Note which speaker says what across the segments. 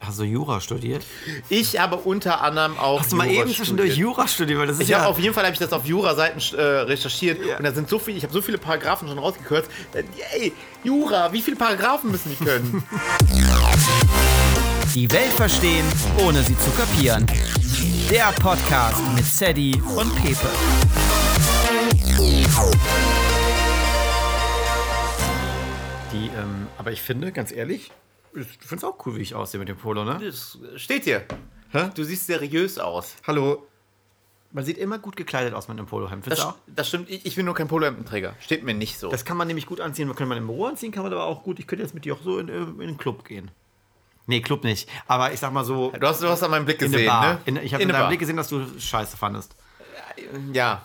Speaker 1: Hast du Jura studiert?
Speaker 2: Ich habe unter anderem auch.
Speaker 1: Hast du mal
Speaker 2: Jura
Speaker 1: eben zwischendurch
Speaker 2: studiert.
Speaker 1: Jura studiert? Weil das ist
Speaker 2: Ich hab,
Speaker 1: ja.
Speaker 2: auf jeden Fall habe ich das auf Jura-Seiten äh, recherchiert
Speaker 1: Ja.
Speaker 2: und da sind so viele, ich habe so viele Paragraphen schon rausgekürzt. Äh, Ey, Jura, wie viele Paragraphen müssen die können?
Speaker 3: Die Welt verstehen, ohne sie zu kapieren. Der Podcast mit Sadie und Pepe.
Speaker 1: die, ähm, aber ich finde, ganz ehrlich, ich finde es auch cool, wie ich aussehe mit dem Polo, ne?
Speaker 2: Das steht hier.
Speaker 1: Hä?
Speaker 2: Du siehst seriös aus.
Speaker 1: Hallo. Man sieht immer gut gekleidet aus mit einem Polohemd.
Speaker 2: Das,
Speaker 1: Findest du auch?
Speaker 2: das stimmt, ich, ich bin nur kein Polohemdenträger. Steht mir nicht so.
Speaker 1: Das kann man nämlich gut anziehen. Kann man im Büro anziehen, kann man aber auch gut. Ich könnte jetzt mit dir auch so in, äh, in den Club gehen. Halt Nee, Club nicht. Aber ich sag mal so.
Speaker 2: du, hast, du hast an meinem Blick
Speaker 1: in
Speaker 2: gesehen,
Speaker 1: eine Bar.
Speaker 2: ne?
Speaker 1: In, ich habe in,
Speaker 2: In eine
Speaker 1: deinem
Speaker 2: Bar.
Speaker 1: Blick gesehen, dass du Scheiße fandest.
Speaker 2: Ja.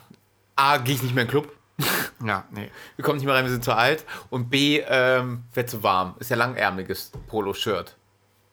Speaker 2: A, gehe ich nicht mehr in den Club.
Speaker 1: Ja, nee.
Speaker 2: Wir kommen nicht mehr rein, wir sind zu alt. Und B, ähm, wird zu warm. Ist ja langärmeliges Polo-Shirt.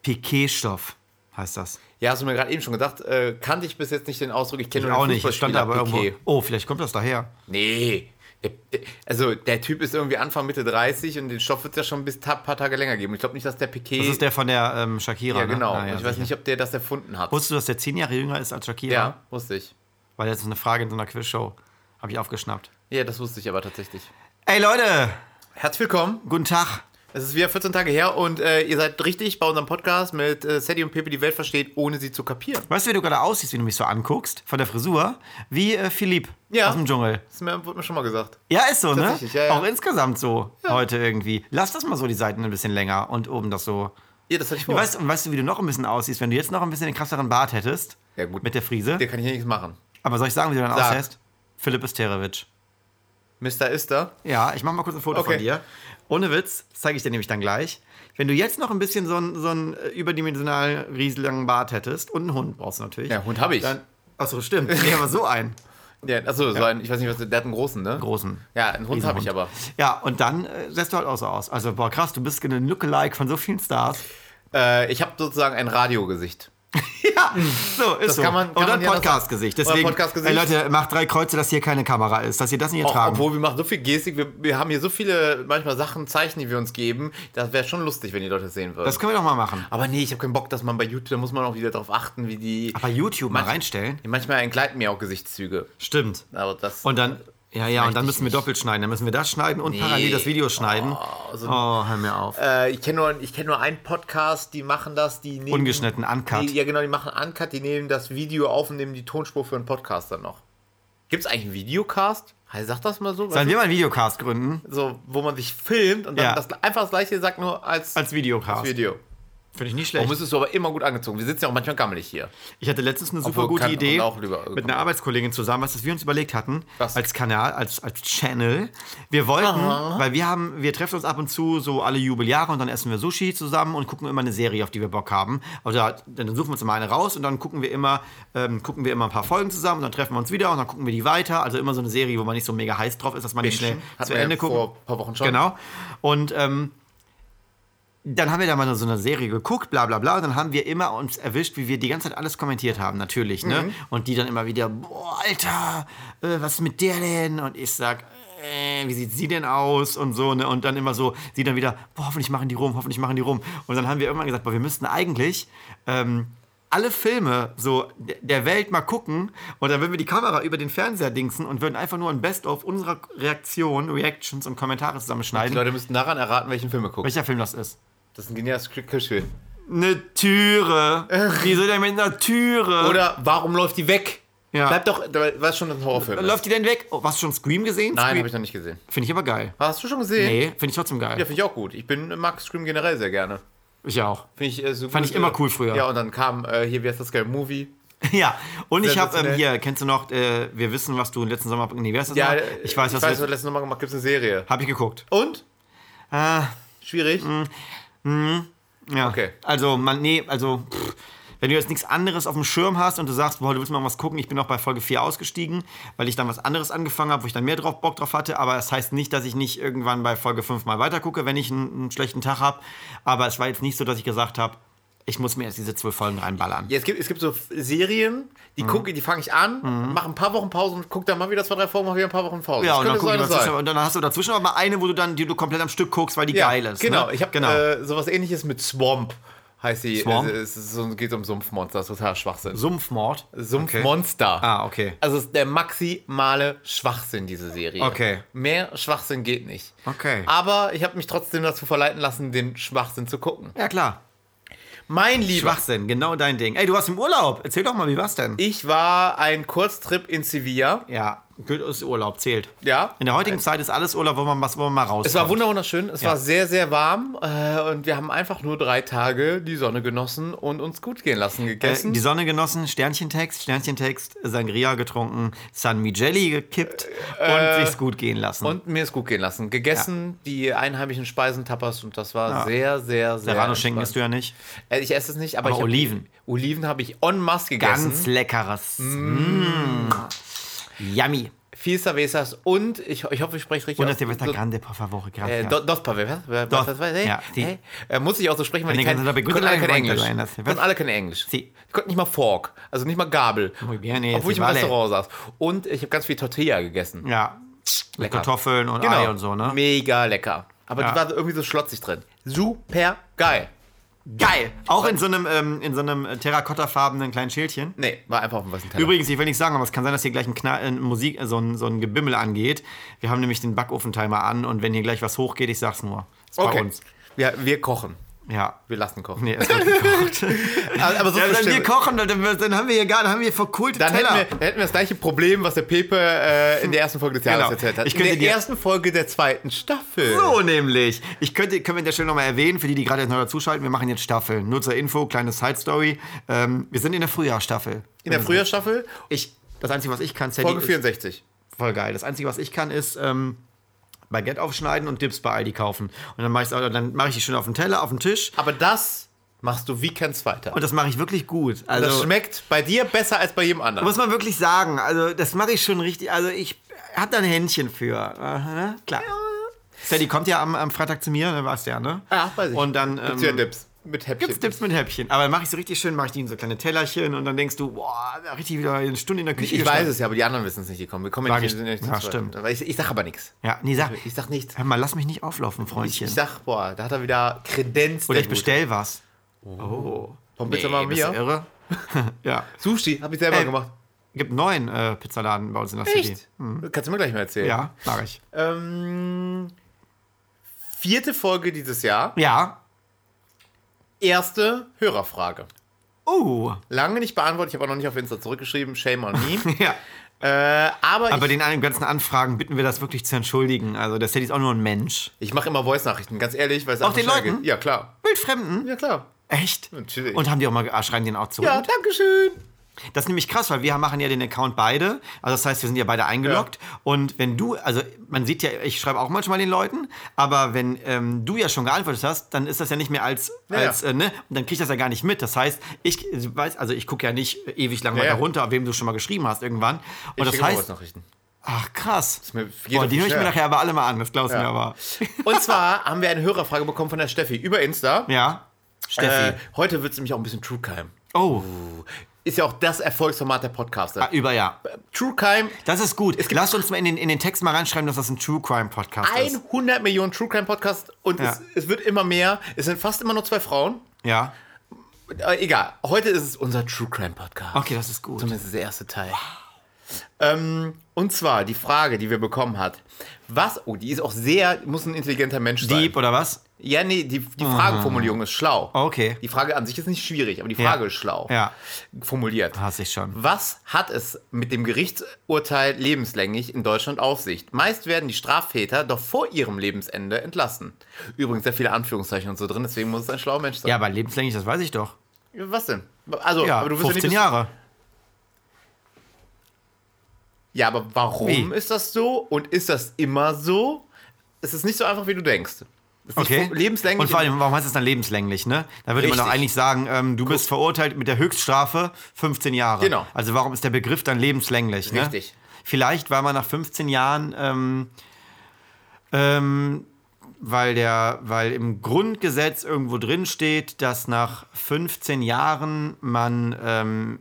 Speaker 1: Piquetstoff heißt das.
Speaker 2: Ja, hast du mir gerade eben schon gedacht, äh, kannte ich bis jetzt nicht den Ausdruck. Ich kenne
Speaker 1: Ich
Speaker 2: nur den
Speaker 1: auch nicht. Es stand aber
Speaker 2: Fußballspieler
Speaker 1: irgendwo.
Speaker 2: Piqué.
Speaker 1: Oh, vielleicht kommt das daher.
Speaker 2: Nee. Der, der, also der Typ ist irgendwie Anfang Mitte 30 und den Stoff wird es ja schon bis ein paar Tage länger geben. Ich glaube nicht, dass der Piquet.
Speaker 1: Das ist der von der ähm, Shakira.
Speaker 2: ja, genau.
Speaker 1: Ne? Ah, ja,
Speaker 2: ich weiß
Speaker 1: sicher.
Speaker 2: nicht, ob der das erfunden hat.
Speaker 1: Wusstest du, dass der zehn Jahre jünger ist als Shakira?
Speaker 2: ja, wusste ich.
Speaker 1: Weil das ist eine Frage in so einer Quizshow. Habe ich aufgeschnappt.
Speaker 2: Ja, das wusste ich aber tatsächlich.
Speaker 1: Ey Leute,
Speaker 2: Herzlich willkommen.
Speaker 1: guten Tag.
Speaker 2: Es ist wieder 14 Tage her und äh, ihr seid richtig bei unserem Podcast mit äh, Sadie und Pepe die Welt versteht, ohne sie zu kapieren.
Speaker 1: Weißt du, wie du gerade aussiehst, wie du mich so anguckst? Von der Frisur? Wie äh, Philipp
Speaker 2: Ja.
Speaker 1: aus dem Dschungel.
Speaker 2: Das ist mir, wurde mir schon mal gesagt.
Speaker 1: Ja, ist so, ne?
Speaker 2: Tatsächlich, ja, ja.
Speaker 1: Auch insgesamt so heute irgendwie. Lass das mal so, die Seiten ein bisschen länger und oben das so.
Speaker 2: Ja, das hatte ich
Speaker 1: Und
Speaker 2: vor.
Speaker 1: weißt, und weißt du, wie du noch ein bisschen aussiehst, wenn du jetzt noch ein bisschen den krasseren Bart hättest?
Speaker 2: Ja, gut.
Speaker 1: Mit der Frise.
Speaker 2: Dir kann ich ja nichts machen.
Speaker 1: Aber soll ich sagen, wie du dann
Speaker 2: Sag.
Speaker 1: aussiehst? Philipp Isterewitsch.
Speaker 2: Mr. ist da.
Speaker 1: Ja, ich mache mal kurz ein Foto
Speaker 2: Okay.
Speaker 1: von dir. Ohne Witz, das zeige ich dir nämlich dann gleich. Wenn du jetzt noch ein bisschen so einen, so einen äh, überdimensional riesigen langen Bart hättest und einen Hund brauchst du natürlich.
Speaker 2: Ja, Hund habe ich.
Speaker 1: Dann, achso, stimmt. Nee, aber so einen
Speaker 2: Ja, achso, so ein, ich weiß nicht, was der hat einen großen, ne?
Speaker 1: großen.
Speaker 2: Ja, einen Hund habe ich
Speaker 1: Riesenhund.
Speaker 2: aber.
Speaker 1: Ja, und dann äh, sähst du halt auch so aus. Also, boah, krass, du bist ein Lookalike von so vielen Stars.
Speaker 2: Äh, ich habe sozusagen ein Radiogesicht.
Speaker 1: Ja, so ist
Speaker 2: Das
Speaker 1: so.
Speaker 2: kann man- kann
Speaker 1: Oder
Speaker 2: man
Speaker 1: ein
Speaker 2: ja das-
Speaker 1: Podcast-Gesicht.
Speaker 2: oder
Speaker 1: Deswegen,
Speaker 2: Podcast-Gesicht.
Speaker 1: ey Leute, macht drei Kreuze, dass hier keine Kamera ist, dass ihr das nicht
Speaker 2: Auch,
Speaker 1: ertragen.
Speaker 2: obwohl wir machen so viel Gestik, wir, wir haben hier so viele manchmal Sachen, Zeichen, die wir uns geben. Das wäre schon lustig, wenn die Leute das sehen würden.
Speaker 1: das können wir doch mal machen.
Speaker 2: aber nee, ich habe keinen Bock, dass man bei YouTube, da muss man auch wieder drauf achten, wie die.
Speaker 1: Aber YouTube mal
Speaker 2: Manch-
Speaker 1: reinstellen.
Speaker 2: Manchmal entgleiten mir auch Gesichtszüge.
Speaker 1: Stimmt.
Speaker 2: Aber das.
Speaker 1: Und dann, ja, ja, und dann
Speaker 2: ich
Speaker 1: müssen wir
Speaker 2: nicht.
Speaker 1: doppelt schneiden. Dann müssen wir das schneiden und parallel das Video schneiden. Oh,
Speaker 2: so-
Speaker 1: hör mir auf.
Speaker 2: Äh, ich kenne nur, ich kenn nur einen Podcast, die machen das, die nehmen.
Speaker 1: Ungeschnitten, uncut.
Speaker 2: Die, ja, genau, die machen Uncut, die nehmen das Video auf und nehmen die Tonspur für einen Podcast dann noch. Gibt es eigentlich einen Videocast? Hey, Sag das mal so.
Speaker 1: Sollen
Speaker 2: weißt
Speaker 1: wir mal einen Videocast gründen?
Speaker 2: du, so, wo man sich filmt und dann
Speaker 1: Ja.
Speaker 2: das, einfach das gleiche sagt, nur als,
Speaker 1: Als Oh, Videocast.
Speaker 2: Video.
Speaker 1: Finde ich nicht
Speaker 2: Warum
Speaker 1: schlecht.
Speaker 2: müsstest du aber immer gut angezogen? Wir sitzen ja auch manchmal gammelig hier.
Speaker 1: Ich hatte letztens eine super
Speaker 2: Obwohl
Speaker 1: gute
Speaker 2: kann-
Speaker 1: Idee
Speaker 2: und auch lieber- äh,
Speaker 1: mit einer Arbeitskollegin zusammen, was das wir uns überlegt hatten,
Speaker 2: Was? Ah.
Speaker 1: als Kanal, als, als Channel. Wir wollten, weil wir haben, wir treffen uns ab und zu so alle Jubeljahre und dann essen wir Sushi zusammen und gucken immer eine Serie, auf die wir Bock haben. Oder dann suchen wir uns immer eine raus und dann gucken wir immer, ähm, gucken wir immer ein paar Folgen zusammen und dann treffen wir uns wieder und dann gucken wir die weiter. Also immer so eine Serie, wo man nicht so mega heiß drauf ist, dass man nicht schnell
Speaker 2: Bingen. Hatten
Speaker 1: zu
Speaker 2: wir ja
Speaker 1: Ende guckt.
Speaker 2: vor ein paar Wochen schon.
Speaker 1: Genau. Und ähm, dann haben wir da mal so eine Serie geguckt, bla bla bla. Und dann haben wir immer uns erwischt, wie wir die ganze Zeit alles kommentiert haben, natürlich. Ne? Und die dann immer wieder, boah, Alter, äh, was ist mit der denn? Und ich sag, äh, wie sieht sie denn aus? Und so, ne? Und dann immer so, sie dann wieder, boah, hoffentlich machen die rum, hoffentlich machen die rum. Und dann haben wir irgendwann gesagt, boah, wir müssten eigentlich. Ähm, alle Filme so d- der Welt mal gucken und dann würden wir die Kamera über den Fernseher dingsen und würden einfach nur ein Best-of unserer Reaktionen, Reactions und Kommentare
Speaker 2: Die
Speaker 1: zusammenschneiden.
Speaker 2: Leute müssten daran erraten, welchen Film wir gucken.
Speaker 1: Welcher Film das ist?
Speaker 2: Das ist ein geniales Kirschspiel.
Speaker 1: Eine Türe. Wie soll der mit einer Türe?
Speaker 2: Oder warum läuft die weg?
Speaker 1: Ja.
Speaker 2: Bleibt doch, da war schon ein Horrorfilm.
Speaker 1: läuft die denn weg? Oh, hast du schon Scream gesehen?
Speaker 2: Nein,
Speaker 1: Scream.
Speaker 2: habe ich noch nicht gesehen.
Speaker 1: Finde ich aber geil.
Speaker 2: Hast du schon gesehen?
Speaker 1: Nee, finde ich trotzdem geil.
Speaker 2: Ja, finde ich auch gut. Ich bin mag Scream generell sehr gerne.
Speaker 1: Ich auch.
Speaker 2: Finde ich äh, so
Speaker 1: Fand
Speaker 2: gut,
Speaker 1: ich immer
Speaker 2: äh,
Speaker 1: cool früher.
Speaker 2: Ja, und dann kam äh, hier, wie heißt das geil, Movie.
Speaker 1: Ja, und ich habe ähm,
Speaker 2: Sensationell.
Speaker 1: hier, kennst du noch, äh, wir wissen, was du letzten Sommer. Nee, wer ist das
Speaker 2: Ja,
Speaker 1: noch?
Speaker 2: äh,
Speaker 1: Ich weiß,
Speaker 2: ich
Speaker 1: was
Speaker 2: weiß, was
Speaker 1: wir.
Speaker 2: letztes Mal gemacht, gibt es eine Serie.
Speaker 1: Habe ich geguckt.
Speaker 2: Und?
Speaker 1: Äh,
Speaker 2: Schwierig.
Speaker 1: Ja.
Speaker 2: Okay.
Speaker 1: Also, man, nee, also, pff, wenn du jetzt nichts anderes auf dem Schirm hast und du sagst, boah, du willst mal was gucken, ich bin auch bei Folge 4 ausgestiegen, weil ich dann was anderes angefangen habe, wo ich dann mehr drauf Bock drauf hatte, aber das heißt nicht, dass ich nicht irgendwann bei Folge 5 mal weitergucke, wenn ich einen, einen schlechten Tag habe, aber es war jetzt nicht so, dass ich gesagt habe, ich muss mir jetzt diese zwölf Folgen reinballern.
Speaker 2: Ja, es gibt, es gibt so F- Serien,
Speaker 1: Mhm.
Speaker 2: die gucke, die fange ich an, mache ein paar Wochen Pause und gucke dann mal wieder zwei, drei Folgen, mache wieder ein paar Wochen Pause.
Speaker 1: Ja,
Speaker 2: Das
Speaker 1: und dann,
Speaker 2: könnte
Speaker 1: guck ich
Speaker 2: so
Speaker 1: mal
Speaker 2: eine
Speaker 1: zwischen, und dann hast du dazwischen aber mal eine, wo du dann, die du komplett am Stück guckst, weil die
Speaker 2: Ja,
Speaker 1: geil ist.
Speaker 2: Genau,
Speaker 1: ne?
Speaker 2: ich habe
Speaker 1: genau.
Speaker 2: äh, sowas ähnliches mit Swamp. heißt sie.
Speaker 1: Swamp?
Speaker 2: Es, es, es geht um Sumpfmonster, das ist total Schwachsinn.
Speaker 1: Sumpfmord.
Speaker 2: Sumpfmonster.
Speaker 1: Ah, okay.
Speaker 2: Also es ist der maximale Schwachsinn, diese Serie.
Speaker 1: Okay.
Speaker 2: Mehr Schwachsinn geht nicht.
Speaker 1: Okay.
Speaker 2: Aber ich habe mich trotzdem dazu verleiten lassen, den Schwachsinn zu gucken.
Speaker 1: Ja, klar.
Speaker 2: Mein Lieber,
Speaker 1: Schwachsinn, genau dein Ding. Ey, du warst im Urlaub. Erzähl doch mal, wie war's denn?
Speaker 2: ich war ein Kurztrip in Sevilla.
Speaker 1: Ja, gut ist Urlaub, zählt.
Speaker 2: Ja.
Speaker 1: In der heutigen Zeit ist alles Urlaub, wo man, was, wo man mal raus. Äh,
Speaker 2: Es war wunder- wunderschön, es war sehr, sehr warm äh, und wir haben einfach nur drei Tage die Sonne genossen und uns gut gehen lassen gegessen.
Speaker 1: Äh, Die Sonne genossen, Sternchentext, Sternchentext, Sangria getrunken, San Migeli gekippt und sich's gut gehen lassen.
Speaker 2: Äh, und mir ist gut gehen lassen. Gegessen die einheimischen Speisen, Tapas und das war
Speaker 1: Ja.
Speaker 2: sehr, sehr, sehr.
Speaker 1: Serrano-Schinken isst
Speaker 2: entspannt.
Speaker 1: du ja nicht.
Speaker 2: Äh, Ich esse es nicht, aber,
Speaker 1: Aber
Speaker 2: ich hab-
Speaker 1: Oliven.
Speaker 2: Oliven habe ich en masse gegessen.
Speaker 1: Ganz leckeres. Mm. Yummy.
Speaker 2: Viel Cervezas und ich, ich hoffe, ich spreche richtig
Speaker 1: Una
Speaker 2: aus.
Speaker 1: cerveza
Speaker 2: Do-
Speaker 1: grande, por favor.
Speaker 2: Äh,
Speaker 1: Gracias.
Speaker 2: Do- Dos Pavel, was?
Speaker 1: Dos,
Speaker 2: was- was- hey,
Speaker 1: ja, die.
Speaker 2: hey. Äh, Muss ich auch so sprechen, weil
Speaker 1: Wenn
Speaker 2: die
Speaker 1: die
Speaker 2: können,
Speaker 1: ganze Zeit bei
Speaker 2: können alle kein
Speaker 1: Guten Morgen
Speaker 2: Englisch.
Speaker 1: sein, das- was?
Speaker 2: Können alle kein Englisch.
Speaker 1: Sie.
Speaker 2: Die konnten nicht mal Fork, also nicht mal Gabel.
Speaker 1: Muy bien, eh,
Speaker 2: obwohl ich
Speaker 1: sie
Speaker 2: im
Speaker 1: vale.
Speaker 2: Restaurant saß. Und ich habe ganz viel Tortilla gegessen.
Speaker 1: ja. Mit Kartoffeln und
Speaker 2: Genau.
Speaker 1: Ei und so, ne?
Speaker 2: Mega lecker. Aber
Speaker 1: Ja.
Speaker 2: die war irgendwie so schlotzig drin. Super geil.
Speaker 1: Geil. Auch in so einem, ähm, in so einem äh, terrakottafarbenen kleinen Schildchen.
Speaker 2: Nee, war einfach auf dem weißen Teller.
Speaker 1: Übrigens, ich will nicht sagen, aber es kann sein, dass hier gleich ein Knall, äh, Musik, äh, so, ein, so ein Gebimmel angeht. Wir haben nämlich den Backofentimer an und wenn hier gleich was hochgeht, ich sag's nur. Ist bei
Speaker 2: okay.
Speaker 1: uns.
Speaker 2: Wir, wir kochen.
Speaker 1: Ja.
Speaker 2: Wir lassen kochen.
Speaker 1: Nee, es wird gekocht.
Speaker 2: Aber, aber so
Speaker 1: ja, Also, wenn
Speaker 2: bestimmt-
Speaker 1: wir kochen, dann, dann haben wir hier gar, dann haben wir verkohlte
Speaker 2: Dann hätten,
Speaker 1: Teller.
Speaker 2: wir, dann hätten wir das gleiche Problem, was der Pepe äh, in der ersten Folge des Jahres
Speaker 1: Genau.
Speaker 2: erzählt hat.
Speaker 1: Ich
Speaker 2: in
Speaker 1: könnte
Speaker 2: der
Speaker 1: dir-
Speaker 2: ersten Folge der zweiten Staffel.
Speaker 1: So nämlich. Ich könnte, können wir an der Stelle nochmal erwähnen, für die, die gerade jetzt neu dazuschalten, wir machen jetzt Staffeln. Nur zur Info, kleine Side-Story. Ähm, wir sind in der Frühjahrsstaffel.
Speaker 2: In der Frühjahrsstaffel,
Speaker 1: Ich, das Einzige, was ich kann, Sadie,
Speaker 2: Folge
Speaker 1: ist
Speaker 2: 64.
Speaker 1: voll geil. Das Einzige, was ich kann, ist ähm, Baguette aufschneiden und Dips bei Aldi kaufen. Und dann mache ich dann mache ich die schön auf den Teller, auf den Tisch.
Speaker 2: Aber das machst du wie kein Zweiter.
Speaker 1: Und das mache ich wirklich gut. Also,
Speaker 2: das schmeckt bei dir besser als bei jedem anderen.
Speaker 1: muss man wirklich sagen. Also, das mache ich schon richtig. Also, ich habe da ein Händchen für. Aha, ne? klar. Sadie kommt ja am, am Freitag zu mir, da warst du ja, ne?
Speaker 2: Ja, weiß ich.
Speaker 1: Und dann.
Speaker 2: Gibt's
Speaker 1: ähm,
Speaker 2: hier Dips mit Häppchen.
Speaker 1: Gibt's Dips mit Häppchen. Aber dann mache ich so richtig schön, mache ich die in so kleine Tellerchen und dann denkst du, boah, da richtig wieder eine Stunde in der Küche.
Speaker 2: Ich weiß
Speaker 1: gestanden.
Speaker 2: es ja, aber die anderen wissen es nicht. Die kommen, wir kommen ja
Speaker 1: Sag
Speaker 2: nicht,
Speaker 1: ich-
Speaker 2: wir sind nicht
Speaker 1: ja,
Speaker 2: zu zweit.
Speaker 1: stimmt. Äh.
Speaker 2: Aber Ich, ich sag aber nichts.
Speaker 1: Ja, nee, sag.
Speaker 2: Ich sag nichts.
Speaker 1: Hör mal, lass mich nicht auflaufen, Freundchen.
Speaker 2: Ich sag, boah, da hat er wieder Kredenz.
Speaker 1: Oder
Speaker 2: der
Speaker 1: ich
Speaker 2: Gute.
Speaker 1: bestell was.
Speaker 2: Oh.
Speaker 1: Oh.
Speaker 2: Vom Pizza Mama
Speaker 1: bist du
Speaker 2: Mia.
Speaker 1: irre? Äh, ja.
Speaker 2: Sushi, hab ich selber
Speaker 1: Ey,
Speaker 2: gemacht.
Speaker 1: Gibt neuen äh, Pizzaladen bei uns in der City.
Speaker 2: Echt? Kannst du mir gleich mal erzählen.
Speaker 1: Hm. Ja, sag ich.
Speaker 2: Ähm, vierte Folge dieses Jahr.
Speaker 1: Ja.
Speaker 2: Erste Hörerfrage.
Speaker 1: Oh.
Speaker 2: Lange nicht beantwortet, ich habe auch noch nicht auf Insta zurückgeschrieben. Shame on me.
Speaker 1: Ja.
Speaker 2: äh, aber
Speaker 1: Aber
Speaker 2: ich,
Speaker 1: den an- ganzen Anfragen bitten wir das wirklich zu entschuldigen. Also, der Sadie ist auch nur ein Mensch.
Speaker 2: ich mache immer Voice-Nachrichten, ganz ehrlich. Weil es einfach
Speaker 1: den
Speaker 2: schnell
Speaker 1: Leuten?
Speaker 2: geht. Ja, klar.
Speaker 1: Wildfremden?
Speaker 2: Ja, klar.
Speaker 1: Echt?
Speaker 2: Natürlich.
Speaker 1: Und haben die auch mal, ge- ah, schreiben die dann auch zurück?
Speaker 2: Ja, danke schön.
Speaker 1: Das ist nämlich krass, weil wir machen ja den Account beide. Also das heißt, wir sind ja beide eingeloggt. Und wenn du, also man sieht ja, ich schreibe auch manchmal den Leuten, aber wenn ähm, du ja schon geantwortet hast, dann ist das ja nicht mehr als,
Speaker 2: ja.
Speaker 1: als äh, ne? Und dann krieg ich das ja gar nicht mit. Das heißt, ich weiß, also ich gucke ja nicht ewig lang weiter
Speaker 2: ja.
Speaker 1: runter, wem du schon mal geschrieben hast irgendwann. Und das
Speaker 2: krieg immer
Speaker 1: heißt,
Speaker 2: Voice-Nachrichten.
Speaker 1: ach krass.
Speaker 2: mir- geht
Speaker 1: Boah,
Speaker 2: doch
Speaker 1: die höre ich mir
Speaker 2: schnell.
Speaker 1: nachher aber alle mal an, das glaubst du mir aber.
Speaker 2: Und zwar haben wir eine Hörerfrage bekommen von der Steffi über Insta.
Speaker 1: Ja, Steffi.
Speaker 2: Äh, heute wird es nämlich auch ein bisschen True Crime.
Speaker 1: oh,
Speaker 2: Ist ja auch das Erfolgsformat der Podcaster.
Speaker 1: ah, über ja.
Speaker 2: True Crime,
Speaker 1: Das ist gut. Lasst uns mal in den, in den Text mal reinschreiben, dass das ein True Crime Podcast ist.
Speaker 2: 100 Millionen True Crime Podcasts und
Speaker 1: Ja.
Speaker 2: es, es wird immer mehr. Es sind fast immer nur zwei Frauen.
Speaker 1: Ja.
Speaker 2: Äh, egal, heute ist es unser True Crime Podcast.
Speaker 1: Okay, das ist gut.
Speaker 2: Zumindest der erste Teil. Ähm, und zwar die Frage, die wir bekommen hat. Was, oh, die ist auch sehr, muss ein intelligenter Mensch sein.
Speaker 1: Dieb oder was?
Speaker 2: Ja, nee, die, die Fragenformulierung ist schlau.
Speaker 1: Ah. Okay.
Speaker 2: Die Frage an sich ist nicht schwierig, aber die Frage ist schlau.
Speaker 1: Ja.
Speaker 2: Formuliert.
Speaker 1: Hasse ich schon.
Speaker 2: Was hat es mit dem Gerichtsurteil lebenslänglich in Deutschland auf sich? Meist werden die Straftäter doch vor ihrem Lebensende entlassen. Übrigens sehr viele Anführungszeichen und so drin, deswegen muss es ein schlauer Mensch sein.
Speaker 1: Ja, aber lebenslänglich, das weiß ich doch.
Speaker 2: Was denn? Also,
Speaker 1: Ja,
Speaker 2: aber du wirst
Speaker 1: 15
Speaker 2: ja nicht,
Speaker 1: Jahre.
Speaker 2: Ja, aber warum
Speaker 1: Wie?
Speaker 2: ist das so und ist das immer so? Es ist nicht so einfach, wie du denkst. Es ist nicht
Speaker 1: Okay.
Speaker 2: vor- Lebenslänglich.
Speaker 1: Und vor allem, warum heißt es dann lebenslänglich, ne? Da würde man
Speaker 2: Richtig.
Speaker 1: doch eigentlich sagen, ähm, du bist verurteilt mit der Höchststrafe 15 Jahre.
Speaker 2: Genau.
Speaker 1: Also warum ist der Begriff dann lebenslänglich, ne?
Speaker 2: Richtig.
Speaker 1: Vielleicht, weil man nach 15 Jahren, ähm, ähm, weil, der, weil im Grundgesetz irgendwo drin steht, dass nach 15 Jahren man ähm,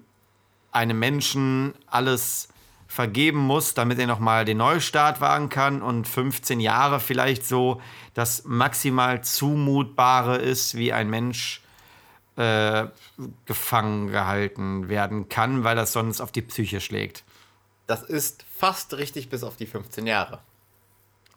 Speaker 1: einem Menschen alles vergeben muss, damit er nochmal den Neustart wagen kann und 15 Jahre vielleicht so das maximal zumutbare ist, wie ein Mensch äh, gefangen gehalten werden kann, weil das sonst auf die Psyche schlägt.
Speaker 2: Das ist fast richtig bis auf die 15 Jahre.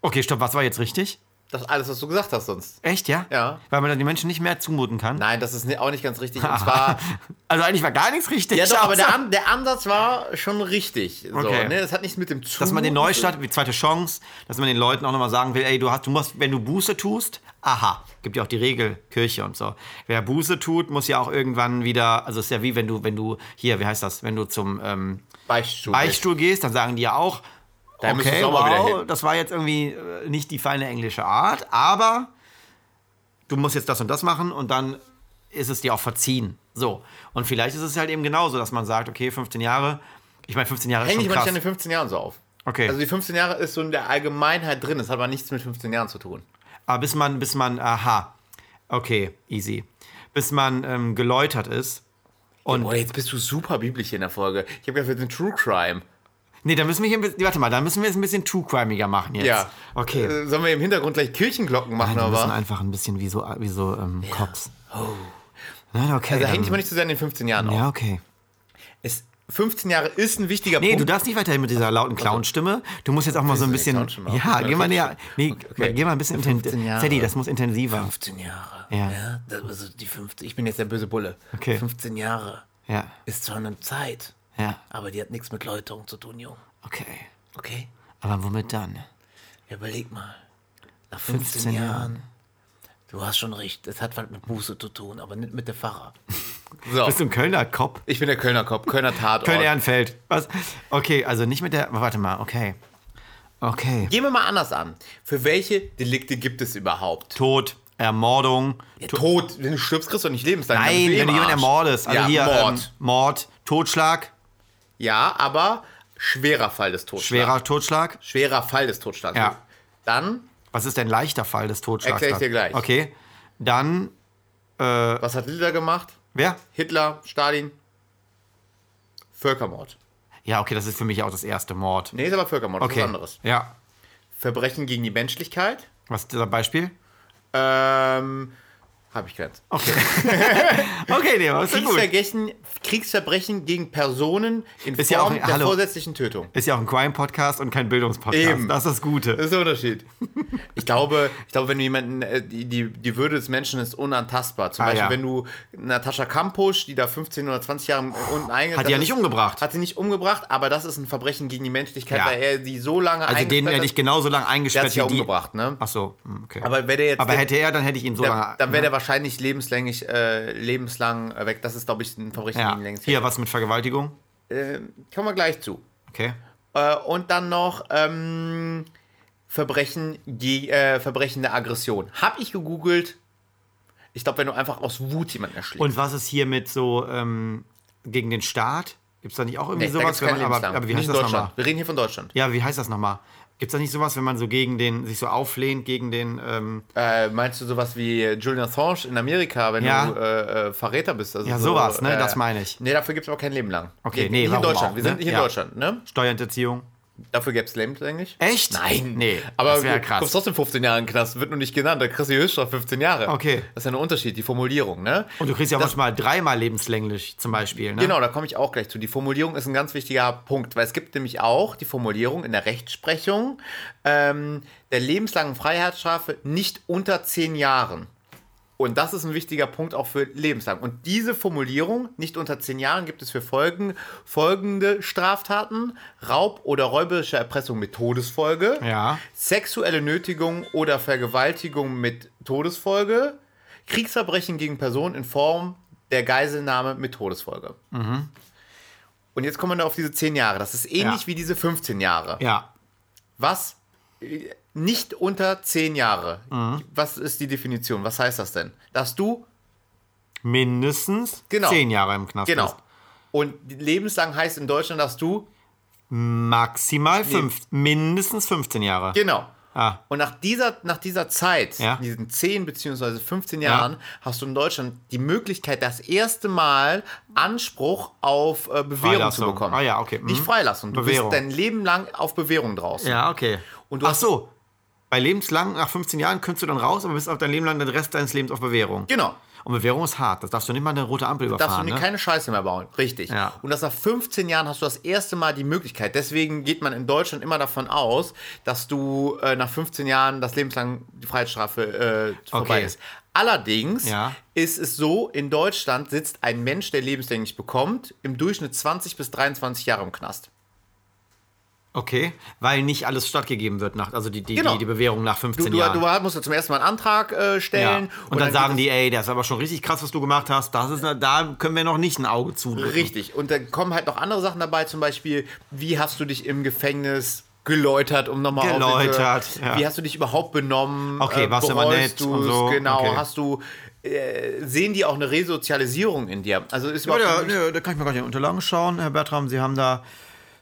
Speaker 1: Okay, stopp, was war jetzt richtig?
Speaker 2: Das ist alles, was du gesagt hast sonst.
Speaker 1: Echt, ja?
Speaker 2: Ja.
Speaker 1: Weil man dann die Menschen nicht mehr zumuten kann?
Speaker 2: Nein, das ist ni- auch nicht ganz richtig. Und zwar,
Speaker 1: Also eigentlich war gar nichts richtig.
Speaker 2: ja, doch, aber der,
Speaker 1: außer-
Speaker 2: An der Ansatz war schon richtig. So,
Speaker 1: Okay.
Speaker 2: ne? Das hat nichts mit dem Zu.
Speaker 1: dass man den Neustart, die zweite Chance, dass man den Leuten auch nochmal sagen will, ey, du hast, du musst, wenn du Buße tust, aha, gibt ja auch die Regel, Kirche und so. Wer Buße tut, muss ja auch irgendwann wieder, also es ist ja wie wenn du, wenn du, hier, wie heißt das, wenn du zum ähm,
Speaker 2: Beichtstuhl.
Speaker 1: Beichtstuhl gehst, dann sagen die ja auch,
Speaker 2: Da müssen
Speaker 1: okay,
Speaker 2: wir auch mal wieder
Speaker 1: wow,
Speaker 2: hin.
Speaker 1: das war jetzt irgendwie äh, nicht die feine englische Art, aber du musst jetzt das und das machen und dann ist es dir auch verziehen. So. Und vielleicht ist es halt eben genauso, dass man sagt, okay, 15 Jahre, ich meine, 15 Jahre ist
Speaker 2: Hänge
Speaker 1: schon
Speaker 2: ich manchmal an den
Speaker 1: krass.
Speaker 2: 15 Jahren so auf.
Speaker 1: Okay.
Speaker 2: Also die 15 Jahre ist so in der Allgemeinheit drin. Das hat aber nichts mit 15 Jahren zu tun.
Speaker 1: Aber bis man, bis man, aha, okay, easy. Bis man ähm, geläutert ist. Und-
Speaker 2: Boah, jetzt bist du super biblisch hier in der Folge. Ich habe gedacht, wir sind True Crime.
Speaker 1: Nee, da müssen wir hier ein bisschen, warte mal, da müssen wir es ein bisschen too crimiger machen jetzt.
Speaker 2: Ja.
Speaker 1: Okay.
Speaker 2: Äh, sollen wir im Hintergrund gleich Kirchenglocken machen,
Speaker 1: Nein, wir müssen
Speaker 2: aber. Oh,
Speaker 1: einfach ein bisschen wie so, wie so ähm, Cops. Nein, okay.
Speaker 2: Da hänge ich
Speaker 1: dann-
Speaker 2: mal nicht zu sehr an den 15 Jahren auf.
Speaker 1: ja, okay.
Speaker 2: Es, 15 Jahre ist ein wichtiger
Speaker 1: Nee, du
Speaker 2: Punkt.
Speaker 1: darfst nicht weiterhin mit dieser lauten Clown-Stimme. Du musst jetzt auch mal so ein
Speaker 2: die
Speaker 1: bisschen.
Speaker 2: Clownstimme auch?
Speaker 1: Ja,
Speaker 2: Ja,
Speaker 1: geh mal
Speaker 2: okay.
Speaker 1: näher. Nee, geh mal ein bisschen
Speaker 2: 15
Speaker 1: intensiver.
Speaker 2: Jahre.
Speaker 1: Sadie, das muss intensiver.
Speaker 2: 15 Jahre.
Speaker 1: Ja.
Speaker 2: das war so die 15. Ich bin jetzt der böse Bulle.
Speaker 1: Okay.
Speaker 2: 15 Jahre
Speaker 1: Ja,
Speaker 2: ist zwar eine Zeit,
Speaker 1: ja,
Speaker 2: aber die hat nichts mit Läuterung zu tun, Jung.
Speaker 1: okay.
Speaker 2: Okay?
Speaker 1: Aber womit dann?
Speaker 2: Ja, Überleg mal. Nach 15,
Speaker 1: 15
Speaker 2: Jahren.
Speaker 1: Jahren.
Speaker 2: Du hast schon recht. Es hat was mit Buße zu tun, aber nicht mit der Pfarrer. So.
Speaker 1: Bist du ein Kölner Cop?
Speaker 2: Ich bin der Kölner Kopf, Kölner Tatort.
Speaker 1: Köln-Ehrenfeld. Was? Okay, also nicht mit der. Warte mal, okay. Okay.
Speaker 2: Gehen wir mal anders an. Für welche Delikte gibt es überhaupt?
Speaker 1: Tod, Ermordung.
Speaker 2: Ja, Tod. Wenn du stirbst, kriegst du nicht lebenslang. dann bist
Speaker 1: Nein, wenn
Speaker 2: im
Speaker 1: du jemanden
Speaker 2: Arsch.
Speaker 1: ermordest. Also
Speaker 2: ja,
Speaker 1: hier,
Speaker 2: Mord.
Speaker 1: Ähm, Mord, Totschlag,
Speaker 2: ja, aber schwerer Fall des Totschlags.
Speaker 1: schwerer Totschlag.
Speaker 2: Schwerer Fall des Totschlags.
Speaker 1: Ja.
Speaker 2: Dann,
Speaker 1: Was ist denn leichter Fall des Totschlags?
Speaker 2: Erklär ich
Speaker 1: dann?
Speaker 2: dir gleich.
Speaker 1: Okay. Dann,
Speaker 2: was hat Hitler gemacht?
Speaker 1: wer?
Speaker 2: Hitler, Stalin, Völkermord.
Speaker 1: Ja, okay, das ist für mich auch das erste Mord.
Speaker 2: Nee, ist aber Völkermord, okay.
Speaker 1: Okay.
Speaker 2: was anderes.
Speaker 1: Ja.
Speaker 2: Verbrechen gegen die Menschlichkeit.
Speaker 1: Was ist das Beispiel?
Speaker 2: Ähm, habe ich keins.
Speaker 1: Okay. okay, nee, aber ist ja gut.
Speaker 2: Kriegsverbrechen, Kriegsverbrechen gegen Personen in
Speaker 1: Ist ja
Speaker 2: Form
Speaker 1: auch-
Speaker 2: der
Speaker 1: hallo.
Speaker 2: vorsätzlichen Tötung.
Speaker 1: Ist ja auch ein Crime-Podcast und kein Bildungspodcast.
Speaker 2: Eben.
Speaker 1: Das ist das Gute.
Speaker 2: Das ist der Unterschied. Ich glaube, ich glaube wenn du jemanden, äh, die, die, die Würde des Menschen ist unantastbar. Zum
Speaker 1: Ah,
Speaker 2: Beispiel,
Speaker 1: ja.
Speaker 2: wenn du Natascha Kampusch, die da 15 oder 20 Jahre äh, unten eingegangen
Speaker 1: Oh, Hat die ja nicht umgebracht.
Speaker 2: Hat sie nicht umgebracht, aber das ist ein Verbrechen gegen die Menschlichkeit,
Speaker 1: Ja.
Speaker 2: weil er sie so lange
Speaker 1: Also den
Speaker 2: eingesperrt
Speaker 1: hätte ich genauso lange
Speaker 2: der
Speaker 1: eingesperrt
Speaker 2: hat sich ja
Speaker 1: wie die.
Speaker 2: umgebracht, ne?
Speaker 1: Ach so, hm, okay.
Speaker 2: Aber wäre der jetzt.
Speaker 1: Aber hätte er, dann hätte ich ihn so
Speaker 2: der,
Speaker 1: lange.
Speaker 2: dann wäre der wahrscheinlich lebenslänglich, äh, lebenslang äh, weg. Das ist, glaube ich, ein Verbrechen
Speaker 1: ja.
Speaker 2: gegen längst.
Speaker 1: Hier was mit Vergewaltigung.
Speaker 2: Kommen wir gleich zu.
Speaker 1: Okay.
Speaker 2: Äh, und dann noch ähm, Verbrechen, ge- äh, Verbrechen der Aggression. Hab ich gegoogelt. Ich glaube, wenn du einfach aus Wut jemanden erschlägst.
Speaker 1: Und was ist hier mit so ähm, gegen den Staat? Gibt es da nicht auch irgendwie
Speaker 2: Nee, da
Speaker 1: sowas?
Speaker 2: gibt's kein
Speaker 1: wenn man, aber,
Speaker 2: Lebenslang.
Speaker 1: aber wie
Speaker 2: Nicht
Speaker 1: heißt
Speaker 2: in
Speaker 1: das
Speaker 2: Deutschland.
Speaker 1: nochmal?
Speaker 2: Wir reden hier von Deutschland.
Speaker 1: Ja, wie heißt das nochmal? Gibt es da nicht sowas, wenn man so gegen den, sich so auflehnt, gegen den. Ähm,
Speaker 2: Äh, meinst du sowas wie äh, Julian Assange in Amerika, wenn
Speaker 1: Ja.
Speaker 2: du äh, äh, Verräter bist? Also
Speaker 1: Ja,
Speaker 2: so,
Speaker 1: sowas, ne?
Speaker 2: äh,
Speaker 1: Das meine ich.
Speaker 2: Nee, dafür gibt es aber kein Leben lang.
Speaker 1: Okay,
Speaker 2: Nicht-
Speaker 1: nee,
Speaker 2: nicht in
Speaker 1: warum
Speaker 2: Deutschland.
Speaker 1: auch,
Speaker 2: Wir
Speaker 1: ne?
Speaker 2: sind nicht in
Speaker 1: Ja.
Speaker 2: Deutschland, ne?
Speaker 1: Steuerhinterziehung.
Speaker 2: Dafür gäbe es lebenslänglich.
Speaker 1: Echt?
Speaker 2: Nein.
Speaker 1: Nee,
Speaker 2: aber
Speaker 1: das wäre
Speaker 2: du kommst
Speaker 1: krass.
Speaker 2: trotzdem 15 Jahre in den Knast, wird nur nicht genannt, da kriegst du die Höchststrafe 15 Jahre.
Speaker 1: Okay.
Speaker 2: Das ist ja ein Unterschied, die Formulierung, ne?
Speaker 1: Und du kriegst ja
Speaker 2: Das-
Speaker 1: manchmal dreimal lebenslänglich zum Beispiel, ne?
Speaker 2: Genau, da komme ich auch gleich zu. Die Formulierung ist ein ganz wichtiger Punkt, weil es gibt nämlich auch die Formulierung in der Rechtsprechung ähm, der lebenslangen Freiheitsstrafe nicht unter 10 Jahren. Und das ist ein wichtiger Punkt auch für lebenslang. Und diese Formulierung, nicht unter 10 Jahren, gibt es für Folgen, folgende Straftaten: Raub oder räuberische Erpressung mit Todesfolge,
Speaker 1: Ja.
Speaker 2: sexuelle Nötigung oder Vergewaltigung mit Todesfolge, Kriegsverbrechen gegen Personen in Form der Geiselnahme mit Todesfolge. Und jetzt kommen wir noch auf diese 10 Jahre. Das ist ähnlich
Speaker 1: Mhm. Ja.
Speaker 2: wie diese 15 Jahre.
Speaker 1: Ja.
Speaker 2: Was? äh, Nicht unter 10 Jahre.
Speaker 1: Mhm.
Speaker 2: Was ist die Definition? Was heißt das denn? Dass du,
Speaker 1: Mindestens
Speaker 2: Genau.
Speaker 1: zehn Jahre im Knast.
Speaker 2: genau.
Speaker 1: bist.
Speaker 2: Und lebenslang heißt in Deutschland, dass du,
Speaker 1: Maximal fünf, mindestens 15 Jahre.
Speaker 2: genau.
Speaker 1: Ah.
Speaker 2: Und nach dieser, nach dieser Zeit,
Speaker 1: Ja.
Speaker 2: diesen 10 bzw. 15 Jahren, hast du in Deutschland die Möglichkeit, das erste Mal Anspruch auf äh, Bewährung zu
Speaker 1: Freilassung.
Speaker 2: bekommen.
Speaker 1: Ah ja, okay. Mhm.
Speaker 2: Nicht Freilassung. Du
Speaker 1: Bewährung.
Speaker 2: bist dein Leben lang auf Bewährung draußen.
Speaker 1: Ja, okay.
Speaker 2: Und du
Speaker 1: Ach
Speaker 2: hast-
Speaker 1: so. Bei lebenslang, nach 15 Jahren, könntest du dann raus, aber bist auf dein Leben lang den Rest deines Lebens auf Bewährung.
Speaker 2: Genau.
Speaker 1: Und Bewährung ist hart. Das darfst du nicht mal eine rote Ampel
Speaker 2: darfst du
Speaker 1: überfahren.
Speaker 2: dir
Speaker 1: Ne?
Speaker 2: keine Scheiße mehr bauen. Richtig.
Speaker 1: Ja.
Speaker 2: Und das nach 15 Jahren hast du das erste Mal die Möglichkeit. Deswegen geht man in Deutschland immer davon aus, dass du äh, nach 15 Jahren das lebenslang die Freiheitsstrafe äh, vorbei
Speaker 1: Okay.
Speaker 2: ist. Allerdings
Speaker 1: Ja.
Speaker 2: ist es so, in Deutschland sitzt ein Mensch, der lebenslänglich bekommt, im Durchschnitt 20 bis 23 Jahre im Knast.
Speaker 1: Okay, weil nicht alles stattgegeben wird, nach, also die, die,
Speaker 2: Genau.
Speaker 1: die, die Bewährung nach
Speaker 2: Du,
Speaker 1: 15
Speaker 2: du,
Speaker 1: Jahren.
Speaker 2: du musst ja zum ersten Mal einen Antrag äh,
Speaker 1: ja.
Speaker 2: stellen.
Speaker 1: Und, dann, sagen die, ey, das ist aber schon richtig krass, was du gemacht hast. Das ist, da können wir noch nicht ein Auge zudrücken.
Speaker 2: Richtig. Und da kommen halt noch andere Sachen dabei, zum Beispiel, wie hast du dich im Gefängnis geläutert, um nochmal
Speaker 1: Geläutert,
Speaker 2: auf-
Speaker 1: ja.
Speaker 2: Wie hast du dich überhaupt benommen? Äh,
Speaker 1: Okay, warst du immer
Speaker 2: bereust
Speaker 1: nett und
Speaker 2: du's?
Speaker 1: so?
Speaker 2: Genau.
Speaker 1: Okay.
Speaker 2: Hast du, äh, sehen die auch eine Resozialisierung in dir? Also ist
Speaker 1: Ja,
Speaker 2: überhaupt
Speaker 1: ja, ja, da kann ich mal gleich in den Unterlagen schauen, Herr Bertram. Sie haben da,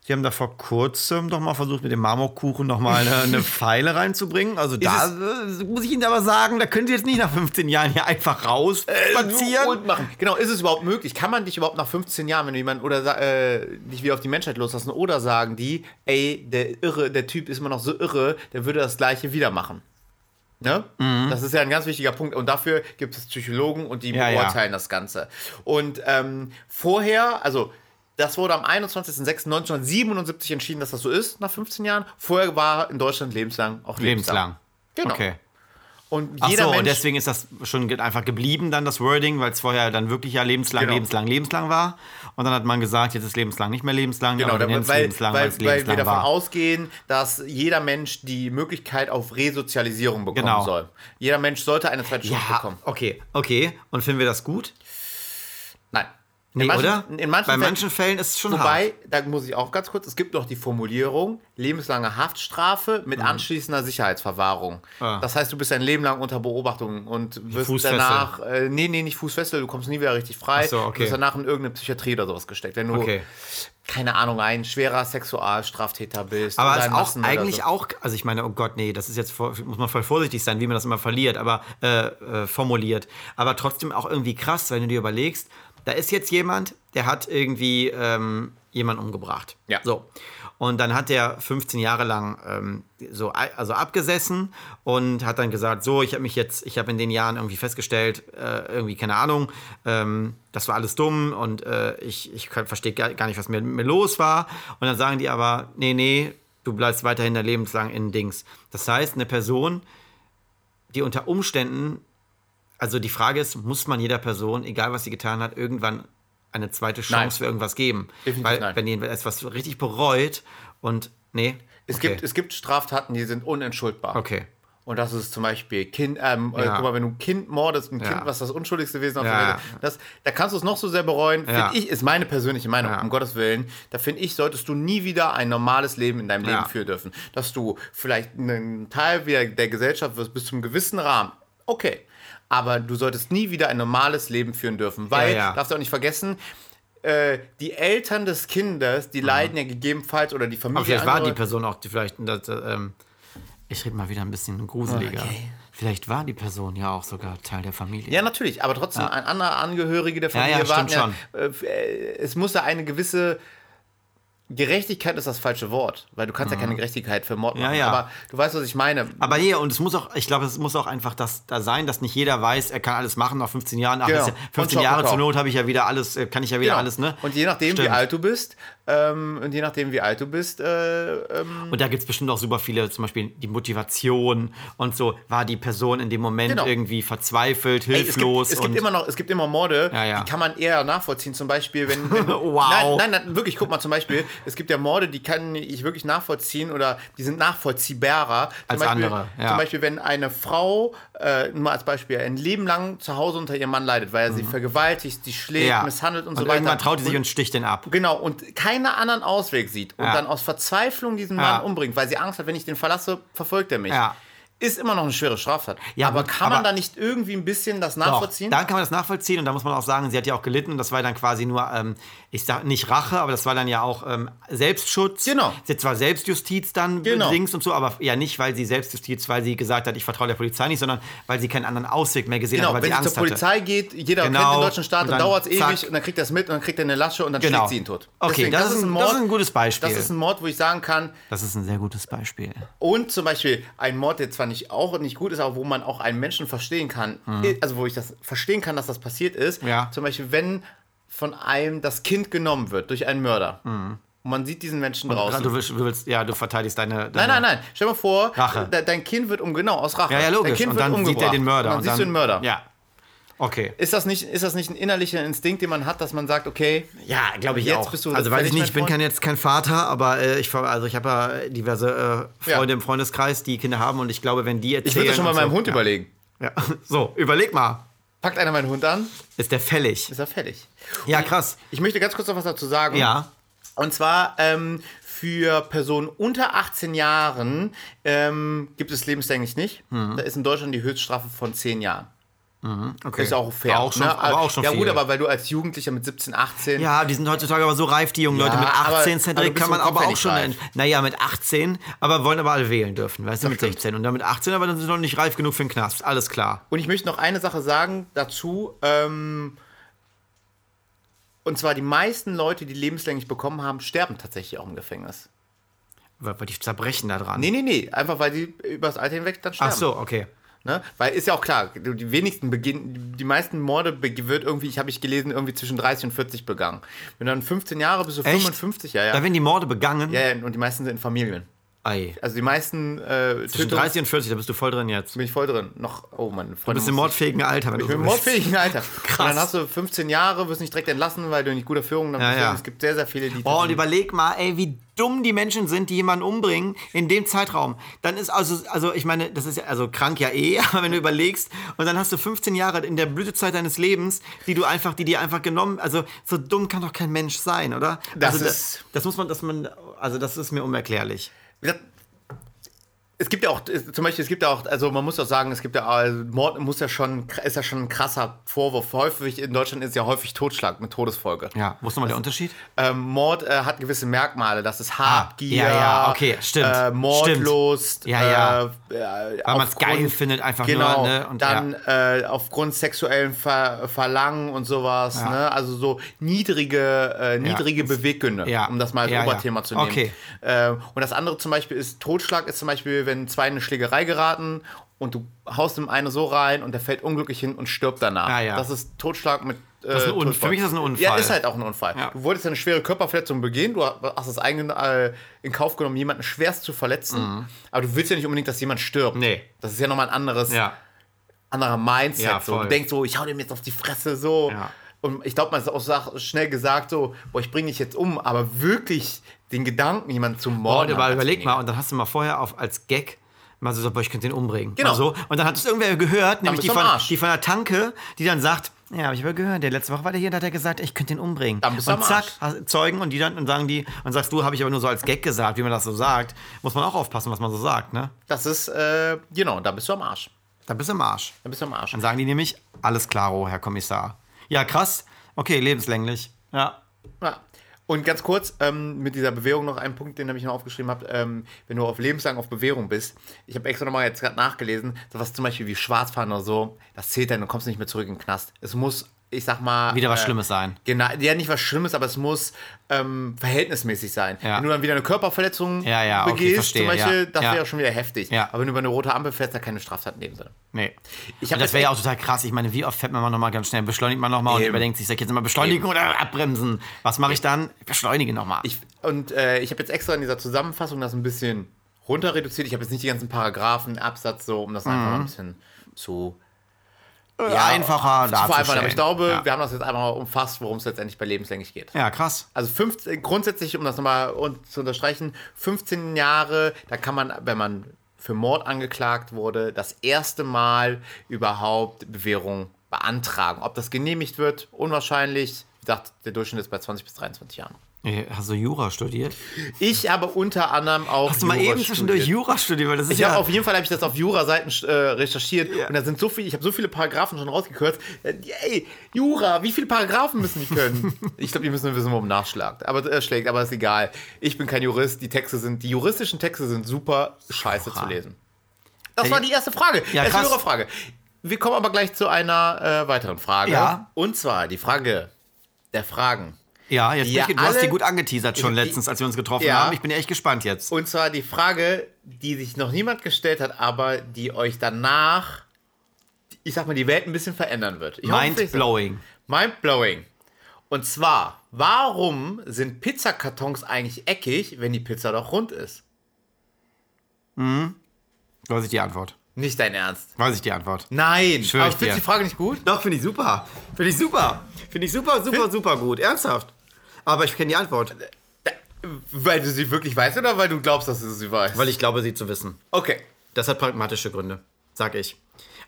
Speaker 1: Sie haben da vor kurzem doch mal versucht, mit dem Marmorkuchen noch mal eine, eine Pfeile reinzubringen. Also da äh, muss ich Ihnen aber sagen, da können Sie jetzt nicht nach 15 Jahren hier einfach raus spazieren.
Speaker 2: und Äh, machen. Genau, ist es überhaupt möglich? Kann man dich überhaupt nach 15 Jahren, wenn du jemanden oder sa- äh, dich wieder auf die Menschheit loslassen oder sagen die, ey, der irre, der Typ ist immer noch so irre, der würde das gleiche wieder machen. Ne?
Speaker 1: Mhm.
Speaker 2: Das ist ja ein ganz wichtiger Punkt und dafür gibt es Psychologen und die
Speaker 1: Ja, ja.
Speaker 2: beurteilen das Ganze. Und ähm, vorher, also das wurde am 21.06.1977 entschieden, dass das so ist, nach 15 Jahren. Vorher war in Deutschland lebenslang auch lebenslang.
Speaker 1: Lebenslang.
Speaker 2: Genau.
Speaker 1: Okay.
Speaker 2: Und
Speaker 1: Ach
Speaker 2: jeder
Speaker 1: so, und
Speaker 2: Mensch
Speaker 1: deswegen ist das schon ge- einfach geblieben, dann das Wording, weil es vorher dann wirklich ja lebenslang,
Speaker 2: Genau.
Speaker 1: lebenslang, lebenslang war. Und dann hat man gesagt, jetzt ist lebenslang nicht mehr lebenslang,
Speaker 2: Genau,
Speaker 1: aber wir
Speaker 2: da, weil,
Speaker 1: nennen es
Speaker 2: weil,
Speaker 1: lebenslang, weil es
Speaker 2: weil, wir
Speaker 1: lebenslang
Speaker 2: davon
Speaker 1: war.
Speaker 2: ausgehen, dass jeder Mensch die Möglichkeit auf Resozialisierung bekommen
Speaker 1: Genau.
Speaker 2: soll. Jeder Mensch sollte eine zweite Chance
Speaker 1: ja,
Speaker 2: bekommen.
Speaker 1: okay, okay. Und finden wir das gut?
Speaker 2: Nein.
Speaker 1: Nee,
Speaker 2: in manchen,
Speaker 1: oder?
Speaker 2: In manchen
Speaker 1: Bei
Speaker 2: Fällen-
Speaker 1: manchen Fällen ist es schon hart.
Speaker 2: Wobei, da muss ich auch ganz kurz, es gibt noch die Formulierung lebenslange Haftstrafe mit anschließender Sicherheitsverwahrung.
Speaker 1: Mhm. Ah.
Speaker 2: Das heißt, du bist dein Leben lang unter Beobachtung und wirst
Speaker 1: Fußfessel.
Speaker 2: danach, äh, nee, nee, nicht Fußfessel, du kommst nie wieder richtig frei,
Speaker 1: Ach so,
Speaker 2: du
Speaker 1: okay.
Speaker 2: wirst danach in irgendeine Psychiatrie oder sowas gesteckt. Wenn du,
Speaker 1: Okay.
Speaker 2: keine Ahnung, ein schwerer Sexualstraftäter bist.
Speaker 1: Aber
Speaker 2: oder
Speaker 1: es
Speaker 2: ein
Speaker 1: ist auch
Speaker 2: Massenmörder
Speaker 1: eigentlich
Speaker 2: so.
Speaker 1: auch, also ich meine, oh Gott, nee, das ist jetzt, voll- muss man voll vorsichtig sein, wie man das immer verliert, aber äh, äh, formuliert. Aber trotzdem auch irgendwie krass, wenn du dir überlegst, da ist jetzt jemand, der hat irgendwie ähm, jemanden umgebracht.
Speaker 2: Ja.
Speaker 1: So. Und dann hat er 15 Jahre lang ähm, so ei- also abgesessen und hat dann gesagt, so, ich habe mich jetzt, ich habe in den Jahren irgendwie festgestellt, äh, irgendwie keine Ahnung, ähm, das war alles dumm und äh, ich, ich verstehe gar gar nicht, was mit mir los war. Und dann sagen die aber, nee, nee, du bleibst weiterhin dein lebenslang in Dings. Das heißt, eine Person, die unter Umständen, also die Frage ist, muss man jeder Person, egal was sie getan hat, irgendwann eine zweite Chance
Speaker 2: Nein.
Speaker 1: für irgendwas geben?
Speaker 2: Definitiv
Speaker 1: Weil,
Speaker 2: nein.
Speaker 1: wenn jemand etwas richtig bereut und, nee.
Speaker 2: Es,
Speaker 1: okay.
Speaker 2: gibt, es gibt Straftaten, die sind unentschuldbar.
Speaker 1: Okay.
Speaker 2: Und das ist zum Beispiel Kind, ähm, äh,
Speaker 1: Ja.
Speaker 2: guck mal, wenn du ein Kind mordest, ein
Speaker 1: Ja.
Speaker 2: Kind, was das unschuldigste Wesen auf
Speaker 1: Ja.
Speaker 2: der Welt ist, das, da kannst du es noch so sehr bereuen,
Speaker 1: Ja.
Speaker 2: finde ich, ist meine persönliche Meinung,
Speaker 1: Ja.
Speaker 2: um Gottes Willen, da finde ich, solltest du nie wieder ein normales Leben in deinem Leben
Speaker 1: Ja.
Speaker 2: führen dürfen. Dass du vielleicht ein Teil wieder der Gesellschaft wirst bis zum gewissen Rahmen, okay, aber du solltest nie wieder ein normales Leben führen dürfen, weil,
Speaker 1: Ja, ja.
Speaker 2: darfst du auch nicht vergessen, äh, die Eltern des Kindes,
Speaker 1: Mhm.
Speaker 2: die leiden ja gegebenenfalls oder die Familie.
Speaker 1: Aber vielleicht war die
Speaker 2: anderer-
Speaker 1: Person auch die- vielleicht. Das, ähm, ich rede mal wieder ein bisschen gruseliger.
Speaker 2: Okay.
Speaker 1: Vielleicht war die Person ja auch sogar Teil der Familie.
Speaker 2: Ja, natürlich, aber trotzdem ein anderer Angehörige der Familie
Speaker 1: ja,
Speaker 2: warten
Speaker 1: stimmt
Speaker 2: äh, es muss da eine gewisse Gerechtigkeit ist das falsche Wort, weil du kannst ja keine Gerechtigkeit für Mord
Speaker 1: Mhm. Ja,
Speaker 2: machen,
Speaker 1: ja.
Speaker 2: aber du weißt, was ich meine.
Speaker 1: Aber hier, und es muss auch, ich glaube, es muss auch einfach das da sein, dass nicht jeder weiß, er kann alles machen nach 15 Jahren. Ach,
Speaker 2: Genau.
Speaker 1: ist ja- 15
Speaker 2: Und
Speaker 1: Jahre
Speaker 2: Schock-
Speaker 1: zur Not habe ich ja wieder alles, äh, kann ich ja wieder
Speaker 2: Genau.
Speaker 1: alles, ne?
Speaker 2: Und je nachdem, wie
Speaker 1: Stimmt.
Speaker 2: alt du bist, ähm, und je nachdem, wie alt du bist, äh, ähm,
Speaker 1: Und da gibt es bestimmt auch super viele, zum Beispiel die Motivation und so, war die Person in dem Moment
Speaker 2: Genau.
Speaker 1: irgendwie verzweifelt,
Speaker 2: Ey, es, gibt,
Speaker 1: hilflos.
Speaker 2: es gibt
Speaker 1: und
Speaker 2: immer noch, es gibt immer Morde,
Speaker 1: Ja, ja.
Speaker 2: die kann man eher nachvollziehen. Zum Beispiel, wenn, wenn
Speaker 1: Wow.
Speaker 2: nein, nein, nein, wirklich, guck mal zum Beispiel, es gibt ja Morde, die kann ich wirklich nachvollziehen oder die sind nachvollziehbarer zum
Speaker 1: Als
Speaker 2: Beispiel,
Speaker 1: andere, ja.
Speaker 2: Zum Beispiel, wenn eine Frau, äh, nur mal als Beispiel, ein Leben lang zu Hause unter ihrem Mann leidet, weil er sie vergewaltigt, sie schlägt,
Speaker 1: Mhm. ja.
Speaker 2: misshandelt und,
Speaker 1: und
Speaker 2: so weiter.
Speaker 1: Irgendwann traut sie sich
Speaker 2: und
Speaker 1: und sticht den ab.
Speaker 2: Genau, und keinen anderen Ausweg sieht und
Speaker 1: Ja.
Speaker 2: dann aus Verzweiflung diesen
Speaker 1: Ja.
Speaker 2: Mann umbringt, weil sie Angst hat, wenn ich den verlasse, verfolgt er mich.
Speaker 1: Ja.
Speaker 2: Ist immer noch eine schwere Straftat.
Speaker 1: Ja,
Speaker 2: aber
Speaker 1: gut,
Speaker 2: kann man
Speaker 1: aber-
Speaker 2: da nicht irgendwie ein bisschen das
Speaker 1: Doch,
Speaker 2: nachvollziehen?
Speaker 1: Dann kann man das nachvollziehen und da muss man auch sagen, sie hat ja auch gelitten. Das war dann quasi nur, ähm, ich sag nicht Rache, aber das war dann ja auch ähm, Selbstschutz.
Speaker 2: Genau.
Speaker 1: Sie hat zwar Selbstjustiz dann
Speaker 2: Genau.
Speaker 1: links und so, aber ja nicht, weil sie Selbstjustiz, weil sie gesagt hat, ich vertraue der Polizei nicht, sondern weil sie keinen anderen Ausweg mehr gesehen
Speaker 2: Genau,
Speaker 1: hat, weil
Speaker 2: wenn sie
Speaker 1: sie
Speaker 2: zur
Speaker 1: Angst hatte.
Speaker 2: Polizei geht, jeder
Speaker 1: Genau,
Speaker 2: kennt den deutschen Staat,
Speaker 1: und
Speaker 2: dann
Speaker 1: dann
Speaker 2: dauert es ewig
Speaker 1: zack.
Speaker 2: und dann kriegt er es mit und dann kriegt er eine Lasche und dann
Speaker 1: Genau.
Speaker 2: schlägt sie ihn tot.
Speaker 1: Okay, das ist ein- das ist ein gutes Beispiel.
Speaker 2: Das ist ein Mord, wo ich sagen kann,
Speaker 1: Das ist ein sehr gutes Beispiel.
Speaker 2: und zum Beispiel ein Mord, der zwar fand ich auch nicht gut ist, aber wo man auch einen Menschen verstehen kann, also wo ich das verstehen kann, dass das passiert ist.
Speaker 1: Mhm. Ja.
Speaker 2: Zum Beispiel, wenn von einem das Kind genommen wird durch einen Mörder. Und man sieht diesen Menschen draußen.
Speaker 1: Mhm. Du willst, du willst, ja, du verteidigst deine. deine
Speaker 2: Nein, nein, nein. Stell dir mal vor,
Speaker 1: Rache.
Speaker 2: de- dein Kind wird um genau aus Rache.
Speaker 1: Ja, ja,
Speaker 2: Dein
Speaker 1: logisch.
Speaker 2: kind
Speaker 1: Und
Speaker 2: wird
Speaker 1: dann sieht er
Speaker 2: umgebracht.
Speaker 1: den Mörder.
Speaker 2: Und dann
Speaker 1: und
Speaker 2: siehst du den Mörder.
Speaker 1: Ja. Okay.
Speaker 2: Ist das nicht ist das nicht ein innerlicher Instinkt, den man hat, dass man sagt, okay,
Speaker 1: Ja, glaube ich
Speaker 2: Jetzt
Speaker 1: auch.
Speaker 2: bist du
Speaker 1: also weiß ich
Speaker 2: fertig,
Speaker 1: nicht, ich
Speaker 2: mein
Speaker 1: bin
Speaker 2: Freund?
Speaker 1: kein, jetzt kein Vater, aber äh, ich, ver- also ich habe ja diverse äh, Freunde
Speaker 2: Ja.
Speaker 1: im Freundeskreis, die Kinder haben und ich glaube, wenn die erzählen...
Speaker 2: ich würde das schon mal
Speaker 1: und so,
Speaker 2: meinem Hund
Speaker 1: ja.
Speaker 2: überlegen.
Speaker 1: Ja. So, überleg mal.
Speaker 2: Packt einer meinen Hund an,
Speaker 1: Ist der fällig?
Speaker 2: ist er fertig.
Speaker 1: Ja, krass.
Speaker 2: Ich möchte ganz kurz noch was dazu sagen.
Speaker 1: Ja.
Speaker 2: Und zwar ähm, für Personen unter 18 Jahren ähm, gibt es lebenslänglich nicht.
Speaker 1: Mhm.
Speaker 2: Da ist in Deutschland die Höchststrafe von 10 Jahren.
Speaker 1: Okay.
Speaker 2: Ist auch fair.
Speaker 1: Auch schon,
Speaker 2: ne?
Speaker 1: aber auch schon
Speaker 2: Ja, gut,
Speaker 1: viel.
Speaker 2: aber weil du als Jugendlicher mit 17, 18.
Speaker 1: Ja, die sind heutzutage aber so reif, die jungen Leute. Mit 18,
Speaker 2: aber- aber
Speaker 1: Cedric,
Speaker 2: du bist
Speaker 1: kann man
Speaker 2: im Kopf
Speaker 1: aber
Speaker 2: ja
Speaker 1: auch
Speaker 2: nicht
Speaker 1: schon.
Speaker 2: reif.
Speaker 1: in- Naja, mit 18, aber wollen aber alle wählen dürfen, weißt du, mit 16. Und dann mit 18, aber dann sind sie noch nicht reif genug für den Knast. Alles klar.
Speaker 2: Und ich möchte noch eine Sache sagen dazu. Ähm, und zwar die meisten Leute, die lebenslänglich bekommen haben, sterben tatsächlich auch im Gefängnis.
Speaker 1: Weil, weil die zerbrechen da dran.
Speaker 2: Nee, nee, nee. Einfach weil die übers Alter hinweg dann sterben.
Speaker 1: Ach so, okay.
Speaker 2: Ne? Weil ist ja auch klar, du- die wenigsten beginnen, die meisten Morde be- wird irgendwie, ich habe ich gelesen, irgendwie zwischen 30 und 40 begangen. Wenn du dann 15 Jahre bist du
Speaker 1: Echt?
Speaker 2: 55, ja,
Speaker 1: Da
Speaker 2: ja.
Speaker 1: werden die Morde begangen.
Speaker 2: ja, ja. Und die meisten sind in Familien.
Speaker 1: Ei.
Speaker 2: Also die meisten äh,
Speaker 1: Zwischen
Speaker 2: Tötungen-
Speaker 1: 30 und 40, da bist du voll drin jetzt. Du
Speaker 2: bin ich voll drin. Noch, oh Mann, Freunde.
Speaker 1: bist im
Speaker 2: muss ich-
Speaker 1: mordfähigen Alter, wenn du
Speaker 2: Ich
Speaker 1: so
Speaker 2: bin
Speaker 1: bist.
Speaker 2: mordfähig, Alter. Krass. Und dann hast du 15 Jahre, wirst nicht direkt entlassen, weil du nicht guter Führung dann
Speaker 1: Ja,
Speaker 2: bist.
Speaker 1: ja.
Speaker 2: Es gibt sehr, sehr viele, die.
Speaker 1: Oh, und überleg mal, ey, wie dumm die Menschen sind, die jemanden umbringen in dem Zeitraum. Dann ist also, also ich meine, das ist ja, also krank ja eh, aber wenn du überlegst, und dann hast du 15 Jahre in der Blütezeit deines Lebens, die du einfach, die dir einfach genommen, also so dumm kann doch kein Mensch sein, oder?
Speaker 2: Das
Speaker 1: also,
Speaker 2: ist-
Speaker 1: das, das muss man, dass man, also das ist mir unerklärlich.
Speaker 2: Wie gesagt, es gibt ja auch, es- zum Beispiel, es gibt ja auch, also man muss auch sagen, es gibt ja, also Mord muss ja schon, ist ja schon ein krasser Vorwurf. Häufig, in Deutschland ist ja häufig Totschlag mit Todesfolge.
Speaker 1: Ja, wo ist nochmal der Unterschied?
Speaker 2: Ähm, Mord äh, hat gewisse Merkmale, das ist Habgier,
Speaker 1: Ah, ja, ja, okay, stimmt,
Speaker 2: äh,
Speaker 1: stimmt.
Speaker 2: Mordlust,
Speaker 1: Ja, ja.
Speaker 2: Äh, äh,
Speaker 1: Weil man's
Speaker 2: aufgrund-
Speaker 1: geil findet einfach
Speaker 2: genau,
Speaker 1: nur, ne, und
Speaker 2: dann äh, aufgrund sexuellen Ver Verlangen und sowas, ne, also so niedrige, äh, niedrige Beweggründe,
Speaker 1: ja,
Speaker 2: um das mal als
Speaker 1: ja, ja.
Speaker 2: Oberthema zu nehmen.
Speaker 1: Okay.
Speaker 2: Äh, und das andere zum Beispiel ist, Totschlag ist zum Beispiel, wenn zwei in eine Schlägerei geraten und du haust dem einen so rein und der fällt unglücklich hin und stirbt danach.
Speaker 1: Ja, ja.
Speaker 2: Das ist Totschlag mit
Speaker 1: ist ein
Speaker 2: äh,
Speaker 1: Un-
Speaker 2: Todesfolge.
Speaker 1: für mich ist das ein Unfall.
Speaker 2: Ja, ist halt auch ein Unfall.
Speaker 1: Ja.
Speaker 2: Du wolltest eine schwere Körperverletzung begehen, du hast es einge- äh, in Kauf genommen, jemanden schwerst zu verletzen, aber du willst ja nicht unbedingt, dass jemand stirbt.
Speaker 1: Mhm. Nee.
Speaker 2: Das ist ja nochmal ein anderes,
Speaker 1: Ja.
Speaker 2: anderer Mindset.
Speaker 1: Ja,
Speaker 2: so. Du
Speaker 1: voll.
Speaker 2: denkst so, ich hau dem jetzt auf die Fresse so.
Speaker 1: Ja.
Speaker 2: Und ich glaube, man ist auch sag, schnell gesagt so, boah, ich bringe dich jetzt um, aber wirklich den Gedanken, jemanden zu
Speaker 1: Boah,
Speaker 2: morden.
Speaker 1: aber
Speaker 2: haben
Speaker 1: überleg
Speaker 2: ganz
Speaker 1: mal, und dann hast du mal vorher auf, als Gag mal so, gesagt, boah, ich könnte den umbringen.
Speaker 2: Genau.
Speaker 1: Mal So. Und dann hat es irgendwer gehört, nämlich
Speaker 2: bist
Speaker 1: die
Speaker 2: du am
Speaker 1: von,
Speaker 2: Arsch.
Speaker 1: die von der Tanke, die dann sagt, ja, habe ich aber gehört, der letzte Woche war der hier, da hat er gesagt, ich könnte den umbringen.
Speaker 2: Dann bist du
Speaker 1: und
Speaker 2: am
Speaker 1: zack,
Speaker 2: Arsch.
Speaker 1: hast- Zeugen und die dann und sagen die, und sagst du, habe ich aber nur so als Gag gesagt, wie man das so sagt. Muss man auch aufpassen, was man so sagt, ne?
Speaker 2: wenig. Das ist, äh, genau, da bist du am Arsch.
Speaker 1: Dann bist du im Arsch.
Speaker 2: Da bist du am Arsch.
Speaker 1: Dann sagen die nämlich, alles klaro, Herr Kommissar. Ja, krass. Okay, lebenslänglich. Ja.
Speaker 2: Ja. Und ganz kurz ähm, mit dieser Bewährung noch ein Punkt, den ich noch aufgeschrieben habe, ähm, wenn du auf lebenslang auf Bewährung bist. Ich habe extra nochmal jetzt gerade nachgelesen, sowas zum Beispiel wie Schwarzfahren oder so, das zählt dann, du kommst nicht mehr zurück in den Knast. Es muss, ich sag mal.
Speaker 1: Wieder was Schlimmes sein.
Speaker 2: Genau, ja, nicht was Schlimmes, aber es muss ähm, verhältnismäßig sein.
Speaker 1: Ja.
Speaker 2: Wenn du dann wieder eine Körperverletzung
Speaker 1: Ja, ja, okay,
Speaker 2: begehst,
Speaker 1: verstehe,
Speaker 2: zum Beispiel,
Speaker 1: ja,
Speaker 2: das
Speaker 1: ja.
Speaker 2: wäre schon wieder heftig.
Speaker 1: Ja.
Speaker 2: Aber wenn du über eine rote Ampel fährst, da keine Straftat in dem Sinne.
Speaker 1: Nee.
Speaker 2: Ich hab
Speaker 1: Und das
Speaker 2: jetzt
Speaker 1: wäre ja auch
Speaker 2: echt-
Speaker 1: total krass. Ich meine, wie oft fährt man mal nochmal ganz schnell, beschleunigt man nochmal und
Speaker 2: Eben.
Speaker 1: überdenkt sich, soll ich jetzt mal beschleunigen oder abbremsen? Was mache ich dann? Ich beschleunige nochmal.
Speaker 2: Ich, und äh, ich habe jetzt extra in dieser Zusammenfassung das ein bisschen runter reduziert. Ich habe jetzt nicht die ganzen Paragraphen, Absatz so, um das einfach mal ein bisschen zu
Speaker 1: Mhm. Ja, einfacher
Speaker 2: zu vereinfachen. Aber
Speaker 1: darzustellen.
Speaker 2: ich glaube,
Speaker 1: ja.
Speaker 2: wir haben das jetzt einmal umfasst, worum es letztendlich bei lebenslänglich geht.
Speaker 1: ja, krass.
Speaker 2: Also 15, grundsätzlich, um das nochmal un- zu unterstreichen, 15 Jahre, da kann man, wenn man für Mord angeklagt wurde, das erste Mal überhaupt Bewährung beantragen. Ob das genehmigt wird, unwahrscheinlich. Wie gesagt, der Durchschnitt ist bei 20 bis 23 Jahren.
Speaker 1: Äh, Hast du Jura studiert?
Speaker 2: Ich habe unter anderem auch.
Speaker 1: Hast du mal
Speaker 2: Jura
Speaker 1: eben zwischendurch
Speaker 2: studiert.
Speaker 1: Jura studiert? Weil das ist
Speaker 2: Ich
Speaker 1: ja
Speaker 2: habe auf jeden Fall habe ich das auf Jura-Seiten äh, recherchiert und da sind so viel, ich habe so viele Paragraphen schon rausgekürzt. Äh, ey, Jura, wie viele Paragraphen müssen die können? ich glaube, die müssen nur wissen, worum nachschlagt. Aber äh, schlägt, aber ist egal. Ich bin kein Jurist. Die Texte sind, die juristischen Texte sind super scheiße zu lesen. Das war die erste Frage.
Speaker 1: Ja,
Speaker 2: erste
Speaker 1: krass.
Speaker 2: Jurafrage. Wir kommen aber gleich zu einer äh, weiteren Frage.
Speaker 1: Ja.
Speaker 2: Und zwar die Frage der Fragen.
Speaker 1: Ja, jetzt
Speaker 2: Ja,
Speaker 1: bin ich, du hast
Speaker 2: alle-
Speaker 1: die gut angeteasert schon letztens, als wir uns getroffen
Speaker 2: Ja.
Speaker 1: haben. Ich bin ja echt gespannt jetzt.
Speaker 2: Und zwar die Frage, die sich noch niemand gestellt hat, aber die euch danach, ich sag mal, die Welt ein bisschen verändern wird. Ich hoffe, ich-
Speaker 1: Mind-blowing.
Speaker 2: Mindblowing. Und zwar, warum sind Pizzakartons eigentlich eckig, wenn die Pizza doch rund ist?
Speaker 1: Weiß ich die Antwort.
Speaker 2: Nicht dein Ernst.
Speaker 1: Weiß ich die Antwort.
Speaker 2: Nein.
Speaker 1: Schwör
Speaker 2: aber
Speaker 1: ich
Speaker 2: findest
Speaker 1: dir.
Speaker 2: du die Frage nicht gut?
Speaker 1: Doch, finde ich super. Finde ich super. Finde ich super, super, super gut. Ernsthaft. Aber ich kenne die Antwort,
Speaker 2: Weil du sie wirklich weißt oder weil du glaubst, dass du sie weißt?
Speaker 1: weil ich glaube, sie zu wissen.
Speaker 2: okay.
Speaker 1: Das hat pragmatische Gründe, sag ich.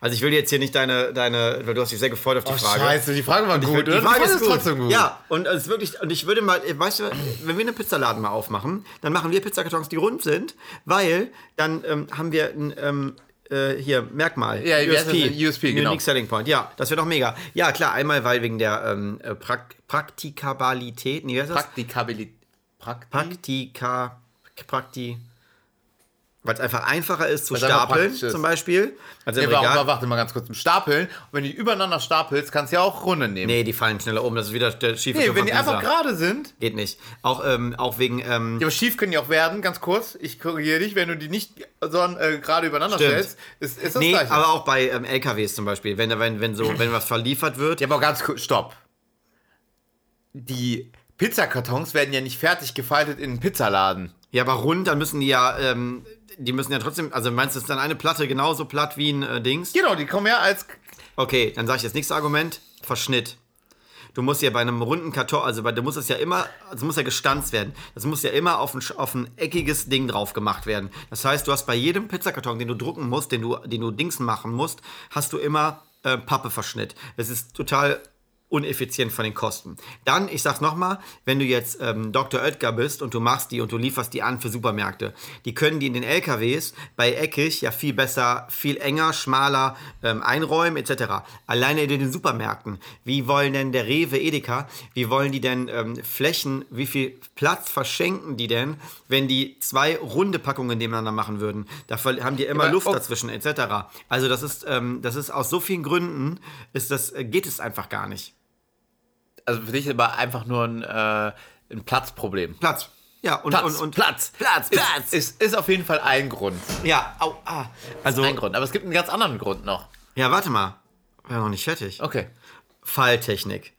Speaker 1: Also ich will jetzt hier nicht deine, deine, weil du hast dich sehr gefreut auf die
Speaker 2: Oh,
Speaker 1: Frage.
Speaker 2: Scheiße, die Frage war
Speaker 1: Ich
Speaker 2: gut,
Speaker 1: find,
Speaker 2: oder?
Speaker 1: Die Frage ist gut.
Speaker 2: trotzdem gut.
Speaker 1: Ja, und es ist wirklich, und ich würde mal, weißt du, wenn wir einen Pizzaladen mal aufmachen, dann machen wir Pizzakartons, die rund sind, weil dann ähm, haben wir ein ähm, äh, hier, Merkmal.
Speaker 2: Ja, wie heißt das denn? USP, genau.
Speaker 1: Unique Selling Point, ja, das wäre doch mega. Ja, klar, einmal, weil wegen der ähm, äh, Prak Praktikabilität, nee, wie heißt das?
Speaker 2: Praktikabilität. Praktik?
Speaker 1: Praktika, Prakti, weil es einfach einfacher ist zu
Speaker 2: es einfach
Speaker 1: stapeln,
Speaker 2: praktisch ist.
Speaker 1: zum Beispiel. Also im
Speaker 2: Ja, aber,
Speaker 1: Regal.
Speaker 2: aber warte mal ganz kurz zum Stapeln. Und wenn die übereinander stapelst, kannst du ja auch Runde nehmen.
Speaker 1: Nee, die fallen schneller um, das ist wieder der schiefe
Speaker 2: Nee,
Speaker 1: Schuh
Speaker 2: wenn
Speaker 1: von
Speaker 2: die
Speaker 1: Pizza.
Speaker 2: einfach gerade sind.
Speaker 1: Geht nicht. Auch, ähm, auch wegen. Ähm,
Speaker 2: Ja, aber schief können die auch werden, ganz kurz. Ich korrigiere dich, wenn du die nicht sondern, äh, gerade übereinander
Speaker 1: Stimmt.
Speaker 2: stellst, ist, ist das
Speaker 1: nee,
Speaker 2: gleiche.
Speaker 1: aber auch bei ähm, LKWs zum Beispiel. Wenn, wenn, wenn, so, wenn was verliefert wird.
Speaker 2: ja, aber ganz kurz, stopp. Die Pizzakartons werden ja nicht fertig gefaltet in einen Pizzaladen.
Speaker 1: Ja, aber rund, dann müssen die ja. Ähm, die müssen ja trotzdem. Also meinst du, ist dann eine Platte genauso platt wie ein äh, Dings?
Speaker 2: Genau, die kommen ja als.
Speaker 1: Okay, dann sage ich jetzt nächstes Argument. Verschnitt. Du musst ja bei einem runden Karton, also bei, du musst es ja immer, es muss ja gestanzt werden. Das muss ja immer auf ein, sch- auf ein eckiges Ding drauf gemacht werden. Das heißt, du hast bei jedem Pizzakarton, den du drucken musst, den du, den du Dings machen musst, hast du immer äh, Pappeverschnitt. Es ist total uneffizient von den Kosten. Dann, ich sag's nochmal, wenn du jetzt ähm, Dr. Oetker bist und du machst die und du lieferst die an für Supermärkte, die können die in den LKWs bei eckig ja viel besser, viel enger, schmaler ähm, einräumen etc. Alleine in den Supermärkten, wie wollen denn der Rewe, Edeka, wie wollen die denn ähm, Flächen, wie viel Platz verschenken die denn, wenn die zwei runde Packungen nebeneinander machen würden? Da ver- haben die immer
Speaker 2: Aber,
Speaker 1: Luft
Speaker 2: oh.
Speaker 1: dazwischen etc. Also das ist, ähm, das ist aus so vielen Gründen, ist das, äh, geht es einfach gar nicht.
Speaker 2: Also für dich aber einfach nur ein, äh, ein Platzproblem.
Speaker 1: Platz. Ja, und,
Speaker 2: Platz,
Speaker 1: und, und
Speaker 2: Platz,
Speaker 1: Platz, Platz.
Speaker 2: Ist, ist, ist auf jeden Fall ein Grund.
Speaker 1: Ja, au, ah. Also,
Speaker 2: Ein Grund. Aber es gibt einen ganz anderen Grund noch.
Speaker 1: ja, warte mal. Wir sind noch nicht fertig.
Speaker 2: Okay.
Speaker 1: Falltechnik.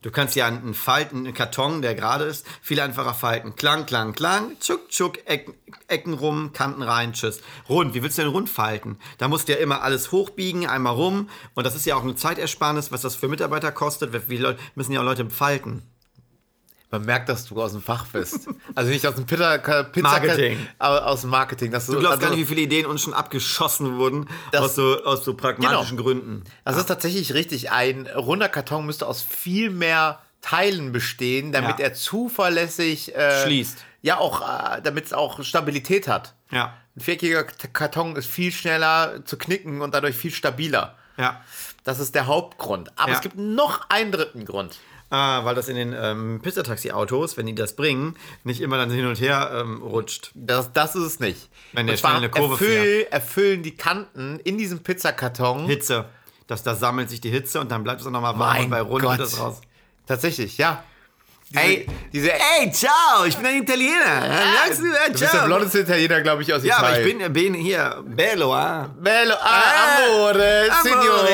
Speaker 1: Du kannst ja einen Falten, einen Karton, der gerade ist, viel einfacher falten. Klang, klang, klang, tschuk, tschuk, Ecken, Ecken rum, Kanten rein, tschüss. Rund, wie willst du denn rund falten? Da musst du ja immer alles hochbiegen, einmal rum. Und das ist ja auch eine Zeitersparnis, was das für Mitarbeiter kostet. Wie viele Leute, müssen ja auch Leute falten.
Speaker 2: Man merkt, dass du aus dem Fach bist. Also nicht aus dem Pizza, Pizza
Speaker 1: Marketing.
Speaker 2: aber aus dem Marketing. Dass du,
Speaker 1: Du glaubst
Speaker 2: also,
Speaker 1: gar nicht, wie viele Ideen uns schon abgeschossen wurden,
Speaker 2: Das- Genau.
Speaker 1: aus so, aus so pragmatischen Gründen.
Speaker 2: das ist tatsächlich richtig. Ein runder Karton müsste aus viel mehr Teilen bestehen, damit
Speaker 1: Ja.
Speaker 2: er zuverlässig äh,
Speaker 1: Schließt.
Speaker 2: Ja, auch äh, damit es auch Stabilität hat.
Speaker 1: Ja,
Speaker 2: Ein viereckiger T- Karton ist viel schneller zu knicken und dadurch viel stabiler.
Speaker 1: ja.
Speaker 2: Das ist der Hauptgrund. Aber
Speaker 1: Ja.
Speaker 2: es gibt noch einen dritten Grund.
Speaker 1: Ah, weil das in den ähm, Pizzataxi-Autos, wenn die das bringen, nicht immer dann hin und her ähm, rutscht.
Speaker 2: Das, das ist es nicht.
Speaker 1: Wenn der
Speaker 2: Und zwar
Speaker 1: schnell eine Kurve
Speaker 2: erfüll, erfüllen die Kanten in diesem Pizzakarton
Speaker 1: Hitze. Das, da sammelt sich die Hitze und dann bleibt es auch nochmal warm
Speaker 2: Mein
Speaker 1: und bei Rund
Speaker 2: Gott.
Speaker 1: wird das raus.
Speaker 2: Tatsächlich, ja. Diese,
Speaker 1: Ey,
Speaker 2: diese,
Speaker 1: Ey, ciao, ich bin ein Italiener. Merkst du, äh,
Speaker 2: du bist der blotteste Italiener, glaube ich, aus
Speaker 1: ja, aber
Speaker 2: Italien.
Speaker 1: ich bin, äh, bin hier, bello, ah.
Speaker 2: Bello, ah, amore, signora,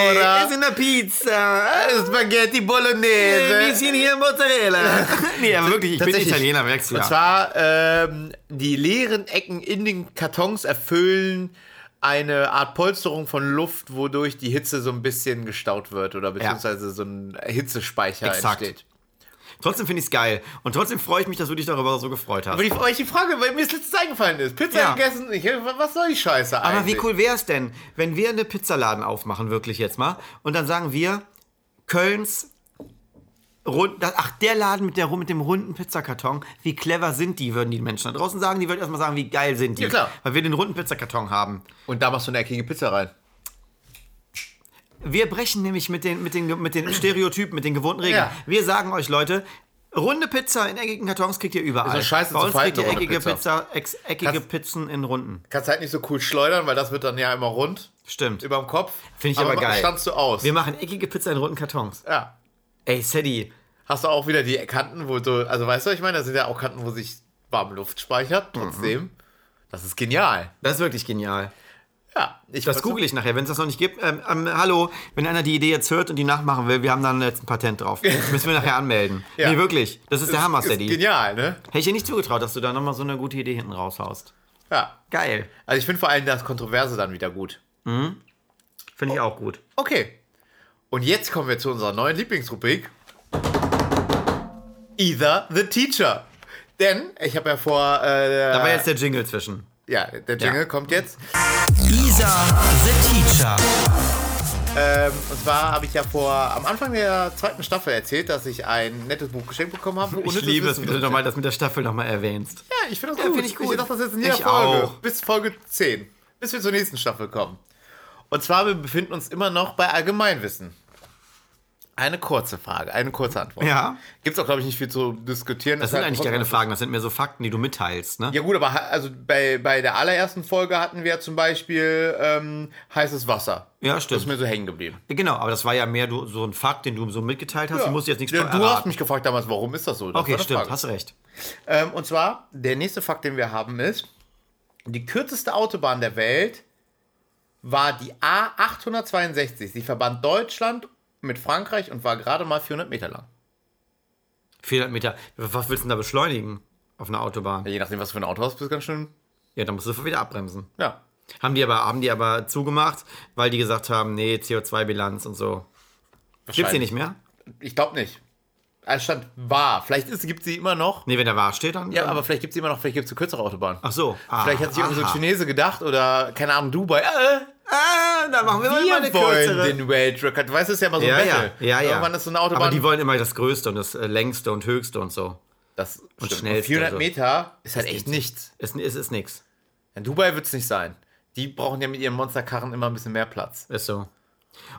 Speaker 2: Äh,
Speaker 1: ist eine Pizza.
Speaker 2: Spaghetti Bolognese.
Speaker 1: Wir sind hier Mozzarella. nee, aber wirklich, ich bin
Speaker 2: Äh, Tatsächlich.
Speaker 1: Italiener, merkst du
Speaker 2: Und
Speaker 1: ja.
Speaker 2: zwar, ähm, die leeren Ecken in den Kartons erfüllen eine Art Polsterung von Luft, wodurch die Hitze so ein bisschen gestaut wird oder beziehungsweise so ein Hitzespeicher
Speaker 1: Exakt.
Speaker 2: entsteht.
Speaker 1: Trotzdem finde ich es geil. Und trotzdem freue ich mich, dass du dich darüber so gefreut hast.
Speaker 2: Aber die, euch die Frage, weil mir ist letztens eingefallen ist. Pizza
Speaker 1: Ja.
Speaker 2: gegessen, ich, was soll die Scheiße eigentlich?
Speaker 1: Aber wie cool wäre es denn, wenn wir eine Pizzaladen aufmachen, wirklich jetzt mal, und dann sagen wir, Kölns rund, das- ach, der Laden mit, der, mit dem runden Pizzakarton, wie clever sind die, würden die Menschen da draußen sagen. Die würden erstmal sagen, wie geil sind die.
Speaker 2: Ja, klar.
Speaker 1: Weil wir den runden Pizzakarton haben.
Speaker 2: Und da machst du eine eckige Pizza rein.
Speaker 1: Wir brechen nämlich mit den, mit den, mit den Stereotypen, mit den gewohnten Regeln.
Speaker 2: Ja.
Speaker 1: Wir sagen euch, Leute, runde Pizza in eckigen Kartons kriegt ihr überall.
Speaker 2: doch scheiße
Speaker 1: Bei
Speaker 2: zu
Speaker 1: uns
Speaker 2: falten,
Speaker 1: kriegt ihr
Speaker 2: eine runde
Speaker 1: eckige
Speaker 2: Pizza.
Speaker 1: Pizza, ex, eckige
Speaker 2: Kannst-
Speaker 1: Pizzen in runden.
Speaker 2: Kannst halt nicht so cool schleudern, weil das wird dann ja immer rund
Speaker 1: Stimmt.
Speaker 2: überm Kopf.
Speaker 1: Finde ich aber geil.
Speaker 2: standst du aus.
Speaker 1: Wir machen eckige Pizza in runden Kartons.
Speaker 2: ja.
Speaker 1: Ey, Sadie,
Speaker 2: hast du auch wieder die Kanten, wo du, also weißt du, was ich meine, da sind ja auch Kanten, wo sich warme Luft speichert,
Speaker 1: Mhm.
Speaker 2: trotzdem. Das ist genial.
Speaker 1: Das ist wirklich genial.
Speaker 2: Ja, ich
Speaker 1: Das google ich nachher, wenn es das noch nicht gibt. Ähm, ähm, hallo, wenn einer die Idee jetzt hört und die nachmachen will, wir haben da jetzt ein Patent drauf. Das müssen wir nachher anmelden.
Speaker 2: Ja.
Speaker 1: Nee, wirklich. Das ist der Hammer,
Speaker 2: ist
Speaker 1: Steady. Hätte
Speaker 2: genial, ne?
Speaker 1: ich dir nicht zugetraut, dass du da nochmal so eine gute Idee hinten raushaust.
Speaker 2: Ja.
Speaker 1: Geil.
Speaker 2: Also ich finde vor allem das Kontroverse dann wieder gut.
Speaker 1: Finde ich auch gut.
Speaker 2: Okay. Und jetzt kommen wir zu unserer neuen Lieblingsrubrik. Either the Teacher. Denn ich habe ja vor. Äh,
Speaker 1: Da war jetzt der Jingle zwischen.
Speaker 2: ja, der Jingle
Speaker 1: Ja.
Speaker 2: kommt jetzt.
Speaker 3: Isa the Teacher.
Speaker 2: Ähm, und zwar habe ich ja vor am Anfang der zweiten Staffel erzählt, dass ich ein nettes Buch geschenkt bekommen habe. wo
Speaker 1: Ich
Speaker 2: unnützes
Speaker 1: liebe es,
Speaker 2: Wissen
Speaker 1: wie du
Speaker 2: drin
Speaker 1: nochmal das mit der Staffel nochmal erwähnst.
Speaker 2: Ja, ich finde das
Speaker 1: Ja,
Speaker 2: gut.
Speaker 1: find ich gut.
Speaker 2: Ich dachte das jetzt in jeder
Speaker 1: Ich
Speaker 2: Folge.
Speaker 1: auch.
Speaker 2: Bis Folge 10. Bis wir zur nächsten Staffel kommen. Und zwar, wir befinden uns immer noch bei Allgemeinwissen. Eine kurze Frage, eine kurze Antwort.
Speaker 1: Ja.
Speaker 2: Gibt es auch, glaube ich, nicht viel zu diskutieren. halt
Speaker 1: Das sind eigentlich gar keine Fragen, das sind mehr so Fakten, die du mitteilst, ne?
Speaker 2: Ja gut, aber ha- also bei, bei der allerersten Folge hatten wir ja zum Beispiel ähm, heißes Wasser.
Speaker 1: Ja,
Speaker 2: Das ist
Speaker 1: stimmt.
Speaker 2: mir so hängen geblieben.
Speaker 1: Genau, aber das war ja mehr du, so ein Fakt, den du so mitgeteilt hast. Du musst jetzt nichts
Speaker 2: ja, Du hast
Speaker 1: erraten.
Speaker 2: mich gefragt damals, warum ist das so? Das war
Speaker 1: Okay,
Speaker 2: eine
Speaker 1: stimmt,
Speaker 2: Frage.
Speaker 1: hast recht.
Speaker 2: Ähm, und zwar, der nächste Fakt, den wir haben, ist, die kürzeste Autobahn der Welt war die A862. Sie verband Deutschland mit Frankreich und war gerade mal 400 Meter lang.
Speaker 1: 400 Meter. Was willst du denn da beschleunigen? Auf einer Autobahn.
Speaker 2: Ja, je nachdem, was du für ein Auto hast, bist du ganz schön.
Speaker 1: Ja, dann musst du wieder abbremsen.
Speaker 2: Ja.
Speaker 1: Haben die aber, haben die aber zugemacht, weil die gesagt haben, nee, CO2-Bilanz und so. Gibt's die nicht
Speaker 2: Wahrscheinlich.
Speaker 1: mehr?
Speaker 2: Ich glaube nicht. Als stand war. Vielleicht gibt es sie immer noch.
Speaker 1: Nee, wenn da war steht, dann.
Speaker 2: Ja, aber vielleicht gibt es sie immer noch. Vielleicht gibt es eine kürzere Autobahn.
Speaker 1: Ach so. Ah,
Speaker 2: vielleicht hat sich irgend so ein
Speaker 1: aha.
Speaker 2: Chinese gedacht oder, keine Ahnung, Dubai. Äh,
Speaker 1: Ah, da machen wir, mal
Speaker 2: wir
Speaker 1: eine
Speaker 2: wollen
Speaker 1: kürzere.
Speaker 2: den Weltrekord. Weißt du, es ist ja immer so ein
Speaker 1: ja, ja,
Speaker 2: Battle.
Speaker 1: ja, ja.
Speaker 2: Irgendwann ist so eine Autobahn.
Speaker 1: aber die wollen immer das Größte und das äh, Längste und Höchste und so.
Speaker 2: Das und
Speaker 1: schnellste,
Speaker 2: 400
Speaker 1: also.
Speaker 2: Meter ist halt echt nichts.
Speaker 1: Es, es ist nix.
Speaker 2: In Dubai wird es nicht sein. Die brauchen ja mit ihren Monsterkarren immer ein bisschen mehr Platz.
Speaker 1: Ist so.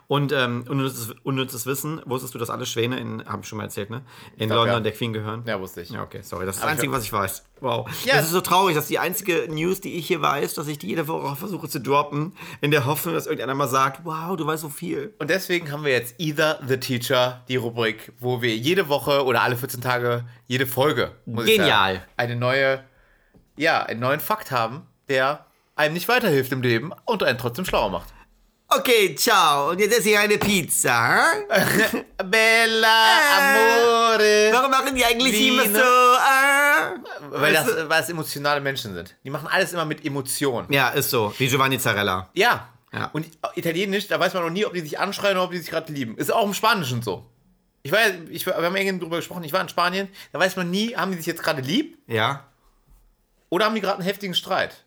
Speaker 1: Und ähm, unnützes, unnützes Wissen, wusstest du, dass alle Schwäne in, haben schon mal erzählt, ne? In
Speaker 2: glaub,
Speaker 1: London
Speaker 2: ja.
Speaker 1: der Queen gehören?
Speaker 2: Ja, wusste ich.
Speaker 1: Ja, okay, sorry. Das ist das
Speaker 2: Aber ich
Speaker 1: Einzige,
Speaker 2: hab-
Speaker 1: was ich weiß. Wow.
Speaker 2: Ja.
Speaker 1: Das ist so traurig, dass die einzige News, die ich hier weiß, dass ich die jede Woche versuche zu droppen, in der Hoffnung, dass irgendeiner mal sagt, wow, du weißt so viel.
Speaker 2: Und deswegen haben wir jetzt Either the Teacher, die Rubrik, wo wir jede Woche oder alle 14 Tage, jede Folge, muss ich
Speaker 1: Genial.
Speaker 2: sagen, eine neue, ja, einen neuen Fakt haben, der einem nicht weiterhilft im Leben und einen trotzdem schlauer macht.
Speaker 1: Okay, ciao. Und jetzt esse ich eine Pizza. Hm?
Speaker 2: Bella Amore.
Speaker 1: Warum machen die eigentlich
Speaker 2: Wie,
Speaker 1: immer
Speaker 2: ne?
Speaker 1: so? Ah?
Speaker 2: Weil das, weil das emotionale Menschen sind. Die machen alles immer mit Emotionen.
Speaker 1: Ja, ist so. Wie Giovanni Zarella.
Speaker 2: Ja.
Speaker 1: Ja.
Speaker 2: Und Italienisch, da weiß man noch nie, ob die sich anschreien oder ob die sich gerade lieben. Ist auch im Spanischen so. Ich war, ja- ich, war- wir haben irgendwie drüber gesprochen, ich war in Spanien, da weiß man nie, haben die sich jetzt gerade lieb
Speaker 1: Ja.
Speaker 2: oder haben die gerade einen heftigen Streit.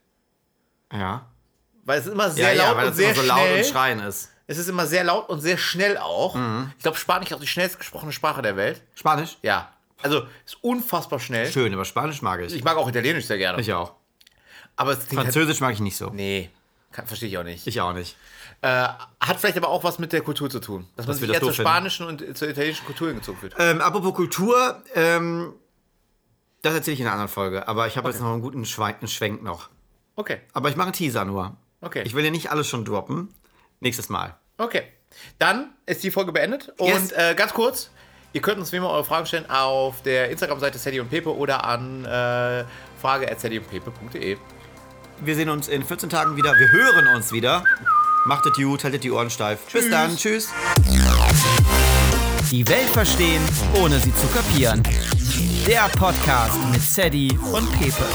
Speaker 1: Ja.
Speaker 2: Weil es ist immer sehr
Speaker 1: ja, ja,
Speaker 2: laut
Speaker 1: weil
Speaker 2: und
Speaker 1: das
Speaker 2: sehr
Speaker 1: immer so laut
Speaker 2: schnell.
Speaker 1: und schreien ist.
Speaker 2: es ist immer sehr laut und sehr schnell auch.
Speaker 1: Mhm.
Speaker 2: Ich glaube, Spanisch ist auch die schnellst gesprochene Sprache der Welt.
Speaker 1: Spanisch?
Speaker 2: Ja. Also, ist unfassbar schnell.
Speaker 1: Schön, aber Spanisch mag ich.
Speaker 2: Ich mag auch Italienisch sehr gerne.
Speaker 1: Ich auch.
Speaker 2: aber es klingt halt,
Speaker 1: Französisch mag ich nicht so.
Speaker 2: Nee, kann- verstehe ich auch nicht. Äh,
Speaker 1: Ich auch nicht.
Speaker 2: Hat vielleicht aber auch was mit der Kultur zu tun. Dass man
Speaker 1: wir
Speaker 2: sich
Speaker 1: das
Speaker 2: eher zur
Speaker 1: doof finden.
Speaker 2: spanischen und zur italienischen Kultur hingezogen fühlt.
Speaker 1: Ähm, apropos Kultur, ähm, das erzähle ich in einer anderen Folge, aber ich habe jetzt noch einen guten Schwein, einen Schwenk noch.
Speaker 2: Okay.
Speaker 1: Aber ich mache einen Teaser nur.
Speaker 2: Okay.
Speaker 1: Ich will ja nicht alles schon droppen. Nächstes Mal.
Speaker 2: Okay. Dann ist die Folge beendet. Und
Speaker 1: Yes.
Speaker 2: äh, ganz kurz, ihr könnt uns wie immer eure Fragen stellen auf der Instagram-Seite Sadie und Pepe oder an äh, frage.sadieundpepe.de.
Speaker 1: Wir sehen uns in 14 Tagen wieder. Wir hören uns wieder. Macht es gut, haltet die Ohren steif. Bis dann, tschüss.
Speaker 3: Die Welt verstehen, ohne sie zu kapieren. Der Podcast mit Sadie und Pepe.